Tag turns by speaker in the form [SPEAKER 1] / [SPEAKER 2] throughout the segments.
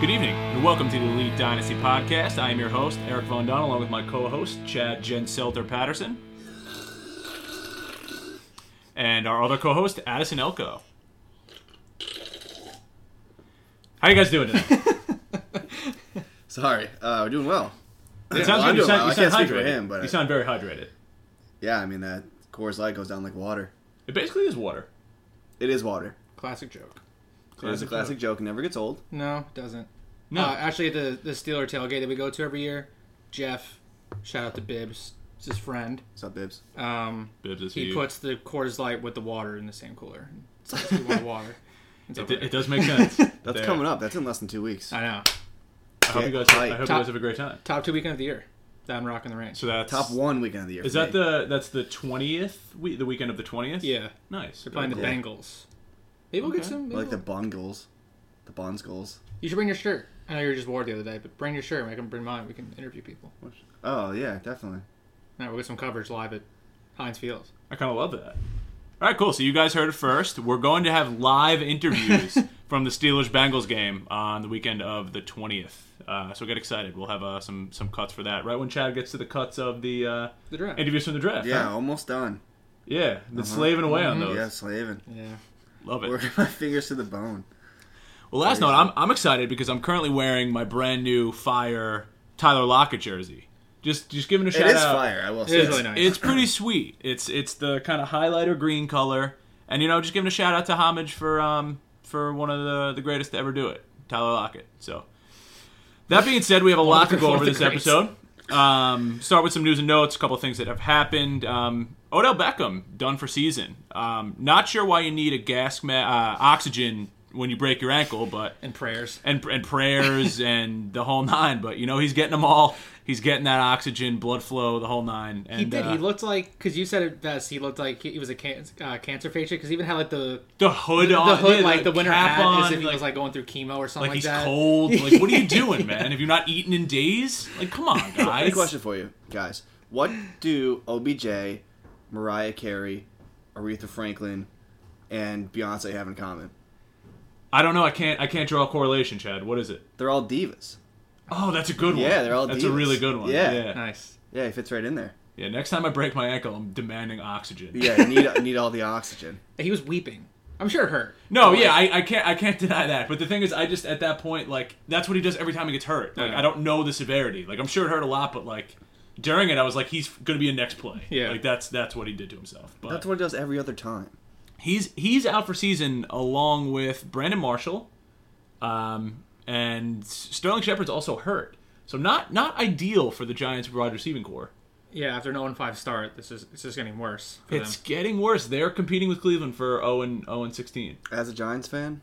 [SPEAKER 1] Good evening, and welcome to the Elite Dynasty Podcast. I am your host, Eric Von Don, along with my co host, Chad Genselter Patterson. And our other co host, Addison Elko. How you guys doing today?
[SPEAKER 2] Sorry, uh, we're doing well.
[SPEAKER 1] It
[SPEAKER 2] well,
[SPEAKER 1] sounds
[SPEAKER 2] I'm
[SPEAKER 1] good. You sound, you
[SPEAKER 2] doing well. I
[SPEAKER 1] sound
[SPEAKER 2] can't
[SPEAKER 1] hydrated.
[SPEAKER 2] speak for him, but
[SPEAKER 1] you sound very hydrated.
[SPEAKER 2] yeah, I mean that Coors Light goes down like water.
[SPEAKER 1] It basically is water.
[SPEAKER 2] It is water.
[SPEAKER 3] Classic joke.
[SPEAKER 2] It is a classic joke. It never gets old.
[SPEAKER 3] No, it doesn't.
[SPEAKER 1] No.
[SPEAKER 3] Uh, actually, at the the Steeler tailgate that we go to every year, Jeff, shout out to Bibbs, it's his friend.
[SPEAKER 2] What's up, Bibbs?
[SPEAKER 3] Um,
[SPEAKER 1] Bibbs is
[SPEAKER 3] he
[SPEAKER 1] huge.
[SPEAKER 3] puts the Coors Light with the water in the same cooler. It's like, "We want water. It's
[SPEAKER 1] it,
[SPEAKER 3] over
[SPEAKER 1] it
[SPEAKER 3] there.
[SPEAKER 1] does make sense.
[SPEAKER 2] That's coming up. That's in less than two weeks.
[SPEAKER 3] I know.
[SPEAKER 1] I hope, you guys, I hope you guys have a great time.
[SPEAKER 3] Top two weekend of the year. That and Rock in the Range.
[SPEAKER 1] So that's
[SPEAKER 2] Top one weekend of the year.
[SPEAKER 1] Is
[SPEAKER 2] for
[SPEAKER 1] that
[SPEAKER 2] me.
[SPEAKER 1] the that's the twentieth week the weekend of the twentieth?
[SPEAKER 3] yeah,
[SPEAKER 1] Nice.
[SPEAKER 3] they're playing the
[SPEAKER 2] Yeah.
[SPEAKER 3] Bengals. Maybe we'll get
[SPEAKER 1] Okay.
[SPEAKER 3] some.
[SPEAKER 2] I like the
[SPEAKER 3] maybe
[SPEAKER 2] bun goals? The buns goals.
[SPEAKER 3] we'll- You should bring your shirt. I know you just wore it the other day, but bring your shirt. I can bring mine. We can interview people.
[SPEAKER 2] Oh yeah, definitely.
[SPEAKER 3] Now we'll get some coverage live at Heinz Field.
[SPEAKER 1] I kind of love that. All right, cool. So you guys heard it first. We're going to have live interviews from the Steelers Bengals game on the weekend of the twentieth. Uh, so get excited. We'll have uh, some some cuts for that. Right when Chad gets to the cuts of the uh,
[SPEAKER 3] The draft.
[SPEAKER 1] interviews from the draft.
[SPEAKER 2] Yeah, Uh-huh. Mm-hmm.
[SPEAKER 1] huh?
[SPEAKER 2] almost done.
[SPEAKER 1] yeah. Been slaving away on those.
[SPEAKER 2] Yeah, slaving.
[SPEAKER 3] Yeah.
[SPEAKER 1] Love it.
[SPEAKER 2] Working my fingers to the bone.
[SPEAKER 1] Well, last note, I'm, I'm excited because I'm currently wearing my brand new fire Tyler Lockett jersey. Just just giving a shout
[SPEAKER 2] it is
[SPEAKER 1] out.
[SPEAKER 2] fire. I will say.
[SPEAKER 3] is
[SPEAKER 2] that.
[SPEAKER 3] really nice.
[SPEAKER 1] It's pretty sweet. It's it's the kind of highlighter green color, and you know, just giving a shout out to homage for um for one of the the greatest to ever do it, Tyler Lockett. So that being said, we have a lot to go
[SPEAKER 3] one
[SPEAKER 1] over
[SPEAKER 3] of the
[SPEAKER 1] this
[SPEAKER 3] greats.
[SPEAKER 1] episode. Um, start with some news and notes. A couple of things that have happened. Um, Odell Beckham done for season. Um, not sure why you need a gas ma- uh, oxygen when you break your ankle, but
[SPEAKER 3] And prayers.
[SPEAKER 1] and and prayers and the whole nine. But you know he's getting them all. He's getting that oxygen, blood flow, the whole nine. And,
[SPEAKER 3] He did.
[SPEAKER 1] uh,
[SPEAKER 3] he looked like because you said it best. He looked like he, he was a can, uh, cancer patient because he even had like the
[SPEAKER 1] the hood
[SPEAKER 3] the
[SPEAKER 1] on,
[SPEAKER 3] hood,
[SPEAKER 1] yeah,
[SPEAKER 3] like the winter
[SPEAKER 1] cap
[SPEAKER 3] hat,
[SPEAKER 1] on,
[SPEAKER 3] as if he
[SPEAKER 1] like,
[SPEAKER 3] was like going through chemo or something
[SPEAKER 1] like
[SPEAKER 3] like,
[SPEAKER 1] he's
[SPEAKER 3] that.
[SPEAKER 1] cold. Like what are you doing, man? Have you not eaten in days? Like come on,
[SPEAKER 2] Any
[SPEAKER 1] guys.
[SPEAKER 2] question for you guys? What do OBJ, Mariah Carey, Aretha Franklin, and Beyonce have in common?
[SPEAKER 1] I don't know. I can't. I can't draw a correlation, Chad. What is it?
[SPEAKER 2] They're all divas.
[SPEAKER 1] Oh, that's a good one.
[SPEAKER 2] Yeah, they're all
[SPEAKER 1] That's a
[SPEAKER 2] divas.
[SPEAKER 1] really good one.
[SPEAKER 2] Yeah.
[SPEAKER 1] yeah.
[SPEAKER 3] Nice.
[SPEAKER 2] Yeah, he fits right in there.
[SPEAKER 1] Yeah, Next time I break my ankle, I'm demanding oxygen.
[SPEAKER 2] Yeah, you need need all the oxygen.
[SPEAKER 3] He was weeping. I'm sure it hurt.
[SPEAKER 1] No, yeah, I, I can't I can't deny that. But the thing is, I just at that point like that's what he does every time he gets hurt. Like
[SPEAKER 3] Yeah.
[SPEAKER 1] I don't know the severity. Like I'm sure it hurt a lot, but like during it, I was like he's gonna be a next play.
[SPEAKER 3] Yeah.
[SPEAKER 1] like that's that's what he did to himself. But
[SPEAKER 2] That's what he does every other time.
[SPEAKER 1] he's he's out for season along with Brandon Marshall, um, and Sterling Shepard's also hurt. So not not ideal for the Giants' wide receiving core.
[SPEAKER 3] Yeah, after an 0 5 start, this is it's just getting worse for
[SPEAKER 1] It's
[SPEAKER 3] them.
[SPEAKER 1] getting worse. They're competing with Cleveland for 0 and 0 and 16.
[SPEAKER 2] As a Giants fan,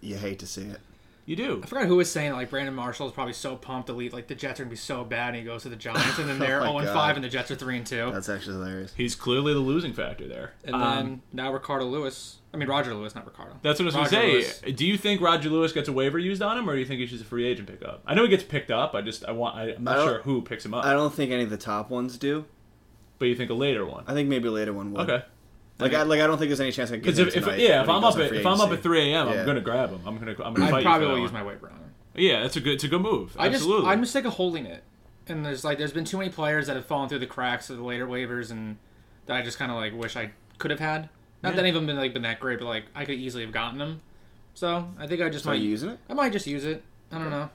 [SPEAKER 2] you hate to see it.
[SPEAKER 1] You do.
[SPEAKER 3] I forgot who was saying like Brandon Marshall is probably so pumped to leave. Like the Jets are gonna be so bad, and he goes to the Giants, and then
[SPEAKER 1] Oh
[SPEAKER 3] they're
[SPEAKER 2] my
[SPEAKER 3] 0
[SPEAKER 2] God.
[SPEAKER 3] 5, and the Jets are 3 and 2.
[SPEAKER 2] That's actually hilarious.
[SPEAKER 1] He's clearly the losing factor there. Um,
[SPEAKER 3] and then now Ricardo Lewis. I mean Roger Lewis, not Ricardo.
[SPEAKER 1] That's what I was going to
[SPEAKER 3] Roger
[SPEAKER 1] say.
[SPEAKER 3] Lewis.
[SPEAKER 1] Do you think Roger Lewis gets a waiver used on him, or do you think he's just a free agent pickup? I know he gets picked up. I just I want I, I'm
[SPEAKER 2] I
[SPEAKER 1] not
[SPEAKER 2] don't-
[SPEAKER 1] sure who picks him
[SPEAKER 2] I
[SPEAKER 1] up,
[SPEAKER 2] don't think any of the top ones do.
[SPEAKER 1] but you think a later one?
[SPEAKER 2] I think maybe a later one would.
[SPEAKER 1] Okay,
[SPEAKER 2] Like I like I don't think there's any chance I could get
[SPEAKER 1] because
[SPEAKER 2] him
[SPEAKER 1] if, if
[SPEAKER 2] tonight
[SPEAKER 1] yeah, if
[SPEAKER 2] when he
[SPEAKER 1] I'm
[SPEAKER 2] goes
[SPEAKER 1] up
[SPEAKER 2] on
[SPEAKER 1] at
[SPEAKER 2] free
[SPEAKER 1] if I'm up at
[SPEAKER 2] agency.
[SPEAKER 1] 3 a.m.,
[SPEAKER 2] Yeah.
[SPEAKER 1] I'm gonna grab him. I'm gonna I'm gonna
[SPEAKER 3] I
[SPEAKER 1] fight
[SPEAKER 3] probably
[SPEAKER 1] you for
[SPEAKER 3] will
[SPEAKER 1] that
[SPEAKER 3] use
[SPEAKER 1] one.
[SPEAKER 3] my waiver on him.
[SPEAKER 1] Yeah, that's a good it's a good move.
[SPEAKER 3] I just
[SPEAKER 1] Absolutely.
[SPEAKER 3] I'm just sick of holding it, and there's like there's been too many players that have fallen through the cracks of the later waivers, and that I just kind of like wish I could have had. Not that
[SPEAKER 1] Yeah.
[SPEAKER 3] any of them been like been that great, but like I could easily have gotten them. So I think I just
[SPEAKER 2] So are
[SPEAKER 3] might
[SPEAKER 2] you using it?
[SPEAKER 3] I might just use it. I don't know.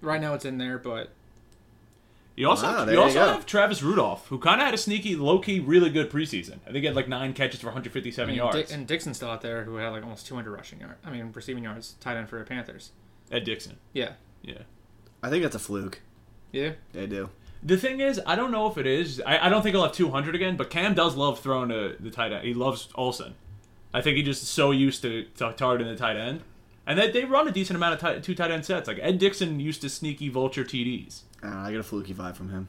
[SPEAKER 3] Right now it's in there, but
[SPEAKER 1] you also
[SPEAKER 2] Wow, Ah, there
[SPEAKER 1] you
[SPEAKER 2] you
[SPEAKER 1] also
[SPEAKER 2] go.
[SPEAKER 1] have Travis Rudolph, who kind of had a sneaky, low key, really good preseason. I think he had like nine catches for 157
[SPEAKER 3] I mean,
[SPEAKER 1] yards
[SPEAKER 3] Dick, and Dixon's still out there, who had like almost 200 rushing yards. I mean, receiving yards, tight end for the Panthers.
[SPEAKER 1] at Dixon.
[SPEAKER 3] Yeah,
[SPEAKER 1] Yeah.
[SPEAKER 2] I think that's a fluke.
[SPEAKER 3] yeah.
[SPEAKER 2] They do.
[SPEAKER 1] The thing is, I don't know if it is. I, I don't think he'll have 200 again, but Cam does love throwing to the tight end. He loves Olsen. I think he just is so used to, to targeting the tight end. And that they run a decent amount of tight, two tight end sets. Like Ed Dixon used to sneaky vulture TDs.
[SPEAKER 2] I don't know, I get a fluky vibe from him.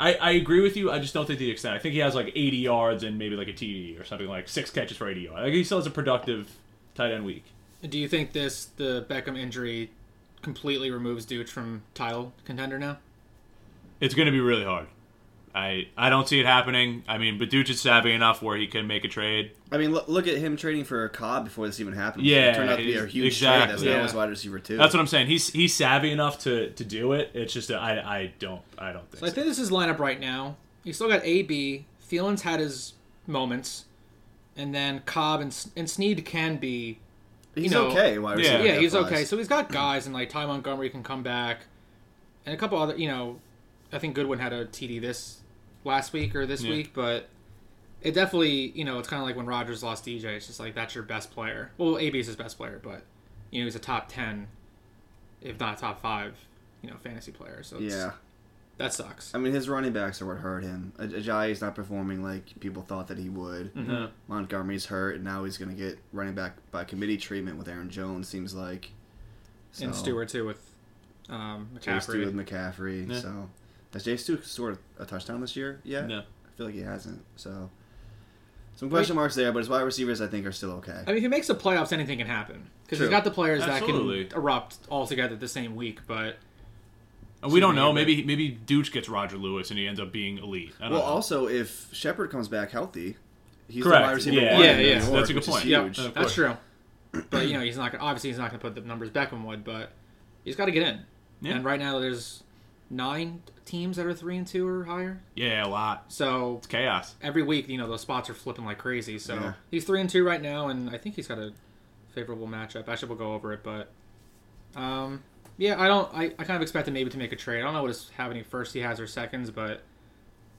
[SPEAKER 1] I, I agree with you. I just don't think to the extent. I think he has like 80 yards and maybe like a TD or something like six catches for 80 yards. Like he still has a productive tight end week.
[SPEAKER 3] Do you think this the Beckham injury completely removes Dude from title contender now?
[SPEAKER 1] It's going to be really hard. I I don't see it happening. I mean, Baduch is savvy enough where he can make a trade.
[SPEAKER 2] I mean, look, look at him trading for Cobb before this even happened.
[SPEAKER 1] Yeah,
[SPEAKER 2] it turned out to be a huge trade. That's
[SPEAKER 1] exactly.
[SPEAKER 2] now
[SPEAKER 3] Yeah.
[SPEAKER 2] his wide receiver too.
[SPEAKER 1] That's what I'm saying. He's he's savvy enough to to do it. It's just that I I don't I don't think.
[SPEAKER 3] So I
[SPEAKER 1] so.
[SPEAKER 3] think this is lineup right now. You still got AB. Thielen's had his moments, and then Cobb and, S- and Sneed can be.
[SPEAKER 2] he's
[SPEAKER 3] know,
[SPEAKER 2] okay. Wide
[SPEAKER 1] yeah.
[SPEAKER 2] receiver.
[SPEAKER 3] Yeah, he's
[SPEAKER 2] depth-wise.
[SPEAKER 3] okay. So he's got guys, and like Ty Montgomery can come back, and a couple other. You know, I think Goodwin had a TD this last week or this
[SPEAKER 1] Yeah.
[SPEAKER 3] week, but it definitely you know it's kind of like when Rogers lost DJ. It's just like that's your best player. Well, AB is his best player, but you know he's a top ten, if not a top five, you know fantasy player. So it's,
[SPEAKER 2] yeah,
[SPEAKER 3] that sucks.
[SPEAKER 2] I mean, his running backs are what hurt him. A- Ajayi's not performing like people thought that he would.
[SPEAKER 1] No.
[SPEAKER 2] Montgomery's hurt, and now he's going to get running back by committee treatment with Aaron Jones. Seems like. So,
[SPEAKER 3] and Stewart too with um,
[SPEAKER 2] Jay Stewart
[SPEAKER 3] McCaffrey.
[SPEAKER 2] with McCaffrey.
[SPEAKER 1] Yeah.
[SPEAKER 2] So has Jay Stewart scored a touchdown this year? Yeah,
[SPEAKER 1] No.
[SPEAKER 2] I feel like he hasn't. So some question marks there, but his wide receivers I think are still okay.
[SPEAKER 3] I mean, if he makes the playoffs, anything can happen because he's
[SPEAKER 2] True.
[SPEAKER 3] got the players that
[SPEAKER 1] Absolutely.
[SPEAKER 3] can erupt all together the same week. But
[SPEAKER 1] And we don't
[SPEAKER 3] Should be
[SPEAKER 1] know.
[SPEAKER 3] good.
[SPEAKER 1] Maybe maybe Dooch gets Roger Lewis and he ends up being elite. I don't
[SPEAKER 2] well,
[SPEAKER 1] know.
[SPEAKER 2] also if Shepard comes back healthy, he's
[SPEAKER 1] Correct.
[SPEAKER 2] the wide receiver.
[SPEAKER 1] Yeah.
[SPEAKER 2] one
[SPEAKER 3] Yeah,
[SPEAKER 2] in New
[SPEAKER 3] yeah.
[SPEAKER 2] York,
[SPEAKER 1] That's a good
[SPEAKER 2] which is
[SPEAKER 1] point.
[SPEAKER 3] yeah,
[SPEAKER 2] Huge.
[SPEAKER 1] Uh, Of course.
[SPEAKER 3] that's true. But you know, he's not gonna, obviously he's not going to put the numbers Beckham would, but he's got to get in.
[SPEAKER 1] Yeah.
[SPEAKER 3] And right now there's nine teams that are three and two or higher.
[SPEAKER 1] yeah, a lot.
[SPEAKER 3] So
[SPEAKER 1] It's chaos.
[SPEAKER 3] every week, you know, those spots are flipping like crazy. So
[SPEAKER 2] Yeah.
[SPEAKER 3] he's three and two right now, and I think he's got a favorable matchup. Actually, we'll go over it, but um, yeah, I don't. I, I kind of expected maybe to make a trade. I don't know what his how many first he has or seconds, but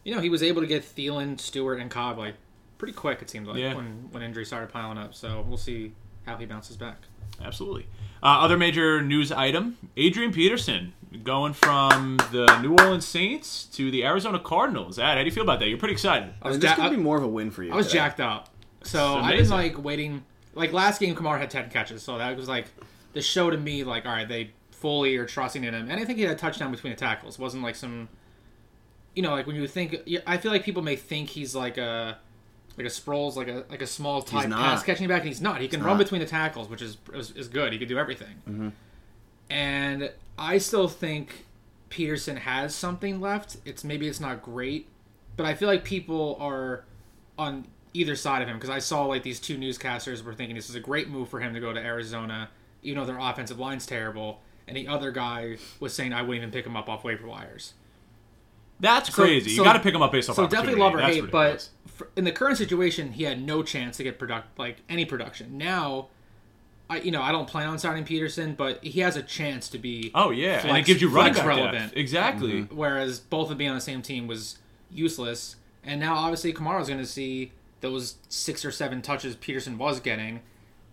[SPEAKER 3] you know, he was able to get Thielen, Stewart, and Cobb like pretty quick. It seemed like
[SPEAKER 1] Yeah.
[SPEAKER 3] when when injuries started piling up. So we'll see how he bounces back.
[SPEAKER 1] Absolutely. Uh, other major news item: Adrian Peterson going from the New Orleans Saints to the Arizona Cardinals. Ad, how do you feel about that? You're pretty excited.
[SPEAKER 3] I was
[SPEAKER 2] this
[SPEAKER 3] ja-
[SPEAKER 2] could be
[SPEAKER 3] I,
[SPEAKER 2] more of a win for you.
[SPEAKER 3] I was
[SPEAKER 2] today.
[SPEAKER 3] jacked up, so
[SPEAKER 1] It's
[SPEAKER 3] I've been
[SPEAKER 1] amazing.
[SPEAKER 3] like waiting. Like last game, Kamara had ten catches, so that was like the show to me. Like, all right, they fully are trusting in him, and I think he had a touchdown between the tackles. It wasn't like some, you know, like when you think. yeah, I feel like people may think he's like a, like a Sproles, like a like a small type
[SPEAKER 2] not.
[SPEAKER 3] pass catching back, and he's not. Mm-hmm. He can run
[SPEAKER 2] not.
[SPEAKER 3] between the tackles, which is is, is good. He could do everything, and I still think Peterson has something left. It's maybe it's not great, but I feel like people are on either side of him because I saw like these two newscasters were thinking this is a great move for him to go to Arizona, even though their offensive line's terrible. And the other guy was saying I wouldn't even pick him up off waiver wires.
[SPEAKER 1] That's crazy.
[SPEAKER 3] so-
[SPEAKER 1] you got to pick him up based off
[SPEAKER 3] So
[SPEAKER 1] opportunity.
[SPEAKER 3] definitely love or
[SPEAKER 1] That's
[SPEAKER 3] hate, but
[SPEAKER 1] ridiculous.
[SPEAKER 3] f in the current situation, he had no chance to get product like any production. Now, I you know I don't plan on signing Peterson, but he has a chance to be.
[SPEAKER 1] oh yeah, and it
[SPEAKER 3] flex-
[SPEAKER 1] gives you running
[SPEAKER 3] flex
[SPEAKER 1] back
[SPEAKER 3] relevant. Mm-hmm.
[SPEAKER 1] depth. Exactly.
[SPEAKER 3] whereas both of being on the same team was useless. And now obviously Kamara's going to see those six or seven touches Peterson was getting,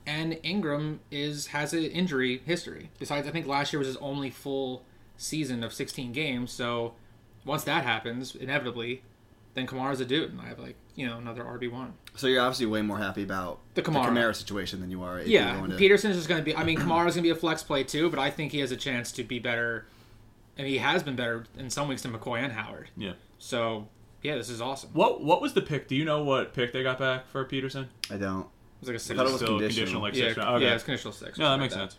[SPEAKER 3] and Ingram is has an injury history. Besides, I think last year was his only full season of 16 games. So once that happens, inevitably, then Kamara's a dude, and I have like you know another RB one.
[SPEAKER 2] So you're obviously way more happy about
[SPEAKER 3] The Kamara.
[SPEAKER 2] situation than you are. if you're
[SPEAKER 3] Yeah,
[SPEAKER 2] going to-
[SPEAKER 3] Peterson's just going to be. I mean, Kamara's going to be a flex play too, but I think he has a chance to be better, and he has been better in some weeks than McCoy and Howard.
[SPEAKER 1] yeah.
[SPEAKER 3] So yeah, this is awesome. It
[SPEAKER 1] What what was the pick? Do you know what pick they got back for Peterson?
[SPEAKER 2] I don't.
[SPEAKER 3] was like a six.
[SPEAKER 2] thought it was
[SPEAKER 1] Still conditional,
[SPEAKER 2] conditional.
[SPEAKER 1] like
[SPEAKER 3] yeah,
[SPEAKER 1] six round. Okay.
[SPEAKER 3] yeah, it's conditional six.
[SPEAKER 1] no, that makes sense.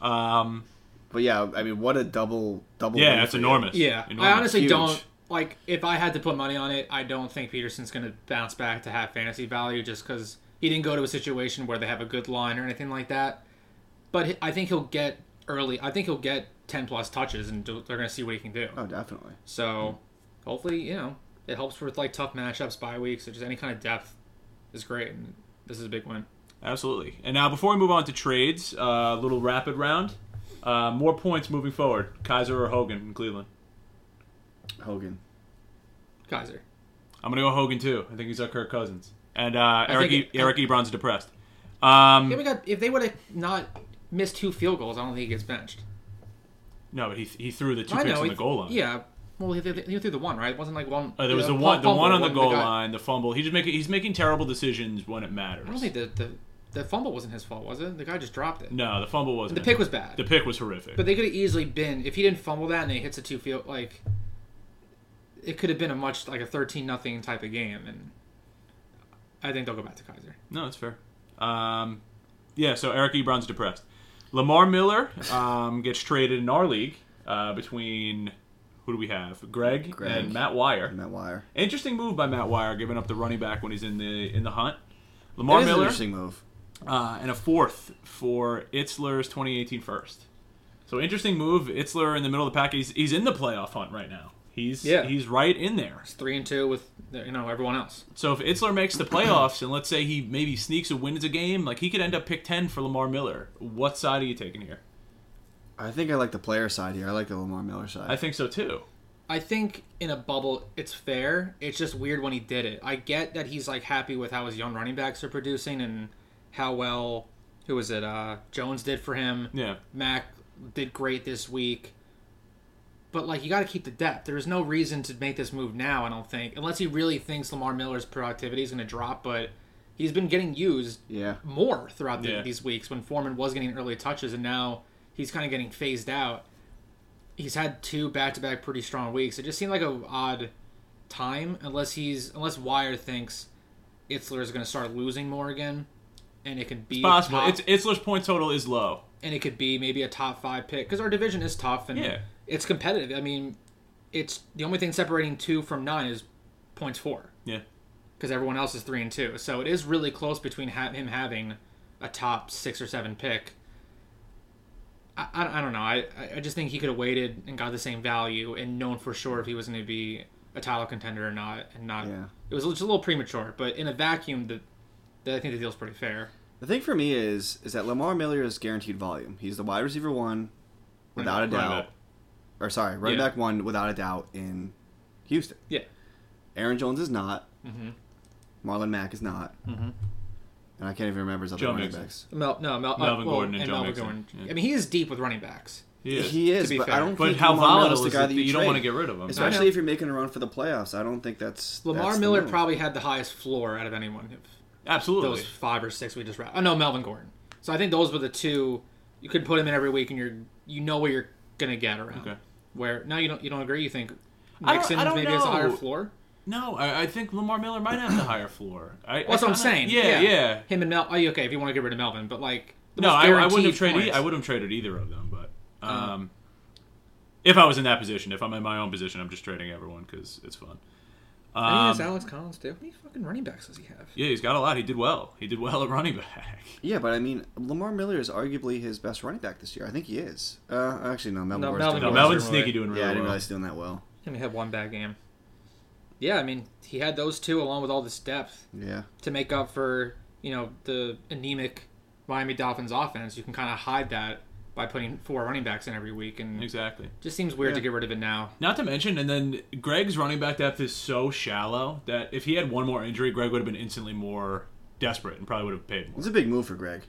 [SPEAKER 1] Um,
[SPEAKER 2] But yeah, I mean, what a double double.
[SPEAKER 1] yeah,
[SPEAKER 2] win
[SPEAKER 1] that's
[SPEAKER 2] for you.
[SPEAKER 1] enormous.
[SPEAKER 3] Yeah, I
[SPEAKER 1] Enormous.
[SPEAKER 3] honestly
[SPEAKER 2] Huge.
[SPEAKER 3] don't like. If I had to put money on it, I don't think Peterson's going to bounce back to have fantasy value just because he didn't go to a situation where they have a good line or anything like that. But he- I think he'll get early. I think he'll get ten plus touches, and do- they're going to see what he can do.
[SPEAKER 2] Oh, definitely.
[SPEAKER 3] So hopefully, you know, it helps with like tough matchups, bye weeks, or just any kind of depth is great. And this is a big win.
[SPEAKER 1] Absolutely. And now, before we move on to trades, a uh, little rapid round. Uh, more points moving forward: Kaiser or Hogan in Cleveland?
[SPEAKER 2] Hogan.
[SPEAKER 3] Kaiser.
[SPEAKER 1] I'm gonna go Hogan too. I think he's our Kirk Cousins. And uh, Eric,
[SPEAKER 3] think
[SPEAKER 1] e-
[SPEAKER 3] it-
[SPEAKER 1] Eric Ebron's depressed. Um,
[SPEAKER 3] Yeah, we got, if they would have not missed two field goals, I don't think he gets benched.
[SPEAKER 1] no, but he, he threw the two
[SPEAKER 3] I
[SPEAKER 1] picks
[SPEAKER 3] know.
[SPEAKER 1] on
[SPEAKER 3] he-
[SPEAKER 1] the goal line.
[SPEAKER 3] Yeah. Well, he, he he threw the one, right? It wasn't like one.
[SPEAKER 1] Uh, there was the
[SPEAKER 3] fu-
[SPEAKER 1] one, the
[SPEAKER 3] fumble,
[SPEAKER 1] one on the
[SPEAKER 3] when
[SPEAKER 1] goal
[SPEAKER 3] guy-
[SPEAKER 1] line, the fumble. He's just making he's making terrible decisions when it matters.
[SPEAKER 3] I don't think the, the the fumble wasn't his fault, was it? The guy just dropped it.
[SPEAKER 1] no, the fumble wasn't.
[SPEAKER 3] The
[SPEAKER 1] it.
[SPEAKER 3] pick was bad.
[SPEAKER 1] the pick was horrific.
[SPEAKER 3] but they could have easily been if he didn't fumble that and he hits a two field like. It could have been a much like a thirteen nothing type of game, and I think they'll go back to Kaiser.
[SPEAKER 1] no, that's fair. Um, yeah, so Eric Ebron's depressed. Lamar Miller um, gets traded in our league uh, between who do we have? Greg,
[SPEAKER 2] Greg.
[SPEAKER 1] and Matt Wire.
[SPEAKER 2] Matt Wire.
[SPEAKER 1] Interesting move by Matt Wire, giving up the running back when he's in the in the hunt. Lamar
[SPEAKER 2] it is an
[SPEAKER 1] Miller
[SPEAKER 2] interesting move.
[SPEAKER 1] uh, and a fourth for Itzler's 2018 first. So interesting move. Itzler in the middle of the pack. He's he's in the playoff hunt right now. He's
[SPEAKER 3] Yeah.
[SPEAKER 1] he's right in there.
[SPEAKER 3] It's three and two with you know everyone else.
[SPEAKER 1] So if Itzler makes the playoffs and let's say he maybe sneaks and wins a game, like he could end up pick ten for Lamar Miller. What side are you taking here?
[SPEAKER 2] I think I like the player side here. I like the Lamar Miller side.
[SPEAKER 1] I think so too.
[SPEAKER 3] I think in a bubble, it's fair. It's just weird when he did it. I get that he's like happy with how his young running backs are producing and how well who was it uh, Jones did for him.
[SPEAKER 1] Yeah.
[SPEAKER 3] Mac did great this week. But like you got to keep the depth. There is no reason to make this move now. I don't think, unless he really thinks Lamar Miller's productivity is going to drop. But he's been getting used
[SPEAKER 2] yeah.
[SPEAKER 3] more throughout the,
[SPEAKER 1] Yeah.
[SPEAKER 3] these weeks when Foreman was getting early touches and now he's kind of getting phased out. He's had two back-to-back pretty strong weeks. It just seemed like a odd time unless he's unless Wire thinks Itzler is going to start losing more again and it could be
[SPEAKER 1] Possible.
[SPEAKER 3] top-
[SPEAKER 1] It's Itzler's point total is low.
[SPEAKER 3] and it could be maybe a top 5 pick cuz our division is tough and
[SPEAKER 1] Yeah.
[SPEAKER 3] it's competitive. I mean, it's the only thing separating 2 from 9 is points 4
[SPEAKER 1] Yeah.
[SPEAKER 3] because everyone else is three and two. So it is really close between ha- him having a top six or seven pick. I, I, I don't know. I, I- I just think he could have waited and got the same value and known for sure if he was going to be a title contender or not. And not
[SPEAKER 2] Yeah.
[SPEAKER 3] it was just a little premature. But in a vacuum, the, the I think the deal's pretty fair.
[SPEAKER 2] The thing for me is is that Lamar Miller is guaranteed volume. He's the wide receiver one, without a
[SPEAKER 1] Running
[SPEAKER 2] doubt.
[SPEAKER 1] back.
[SPEAKER 2] Or sorry, running
[SPEAKER 3] Yeah.
[SPEAKER 2] back one, without a doubt in Houston.
[SPEAKER 3] Yeah,
[SPEAKER 2] Aaron Jones is not. Marlon Mack is not. And I can't even remember his other
[SPEAKER 1] Mm-hmm. Joe
[SPEAKER 2] running
[SPEAKER 1] Mixon.
[SPEAKER 2] backs.
[SPEAKER 3] Mel, no, Mel,
[SPEAKER 1] Melvin
[SPEAKER 3] well,
[SPEAKER 1] Gordon and Joe
[SPEAKER 3] Melvin
[SPEAKER 1] Mixon. Yeah.
[SPEAKER 3] I mean, he is deep with running backs.
[SPEAKER 1] He is.
[SPEAKER 2] He is,
[SPEAKER 3] To be
[SPEAKER 2] but
[SPEAKER 3] fair.
[SPEAKER 2] I don't
[SPEAKER 1] but
[SPEAKER 2] think
[SPEAKER 1] how
[SPEAKER 2] Lamar
[SPEAKER 1] volatile
[SPEAKER 2] Miller's
[SPEAKER 1] is
[SPEAKER 2] the
[SPEAKER 1] it
[SPEAKER 2] guy
[SPEAKER 1] that
[SPEAKER 2] that you,
[SPEAKER 1] you don't want to
[SPEAKER 2] trade.
[SPEAKER 1] get rid of him?
[SPEAKER 2] Especially
[SPEAKER 3] know.
[SPEAKER 2] if you're making a run for the playoffs. I don't think that's
[SPEAKER 3] Lamar
[SPEAKER 2] that's the
[SPEAKER 3] Miller
[SPEAKER 2] move.
[SPEAKER 3] probably had the highest floor out of anyone. If,
[SPEAKER 1] Absolutely.
[SPEAKER 3] those five or six we just wrapped. Oh no, Melvin Gordon. So I think those were the two you could put him in every week, and you're you know where you're gonna get around.
[SPEAKER 1] Okay.
[SPEAKER 3] Where no, you don't you don't agree. You think
[SPEAKER 1] I don't-
[SPEAKER 3] Mixon
[SPEAKER 1] I don't
[SPEAKER 3] maybe has a higher
[SPEAKER 1] know.
[SPEAKER 3] floor.
[SPEAKER 1] No, I, I think Lamar Miller might have the higher floor. I,
[SPEAKER 3] Well, that's
[SPEAKER 1] I
[SPEAKER 3] what I'm
[SPEAKER 1] kinda-
[SPEAKER 3] saying.
[SPEAKER 1] Yeah, yeah.
[SPEAKER 3] Him and Mel. Oh, yeah, okay. If you want to get rid of Melvin, but like the
[SPEAKER 1] No,
[SPEAKER 3] most
[SPEAKER 1] I, I wouldn't
[SPEAKER 3] guaranteed
[SPEAKER 1] have traded. e-
[SPEAKER 3] points-
[SPEAKER 1] I wouldn't have traded either of them, but um, if I was in that position, if I'm in my own position, I'm just trading everyone because it's fun.
[SPEAKER 3] I think it's
[SPEAKER 1] Um,
[SPEAKER 3] Alex Collins too. How many fucking running backs does he have?
[SPEAKER 1] yeah, he's got a lot. He did well. He did well at running back.
[SPEAKER 2] Yeah, but I mean, Lamar Miller is arguably his best running back this year. I think he is. Uh, actually, no, Melvin
[SPEAKER 3] No,
[SPEAKER 2] Gordon's doing
[SPEAKER 3] Melvin
[SPEAKER 1] No,
[SPEAKER 3] Gordon.
[SPEAKER 2] well.
[SPEAKER 1] Melvin's
[SPEAKER 3] Right.
[SPEAKER 1] sneaky doing really
[SPEAKER 2] Yeah, I didn't
[SPEAKER 1] well.
[SPEAKER 2] realize he's doing that well.
[SPEAKER 3] He only had one bad game. Yeah, I mean he had those two along with all this depth.
[SPEAKER 2] Yeah.
[SPEAKER 3] to make up for you know the anemic Miami Dolphins offense. You can kind of hide that by putting four running backs in every week, and it
[SPEAKER 1] Exactly.
[SPEAKER 3] just seems weird to
[SPEAKER 2] Yeah.
[SPEAKER 3] get rid of it now.
[SPEAKER 1] Not to mention, and then Greg's running back depth is so shallow that if he had one more injury, Greg would have been instantly more desperate and probably would have paid more.
[SPEAKER 2] It's a big move for Greg.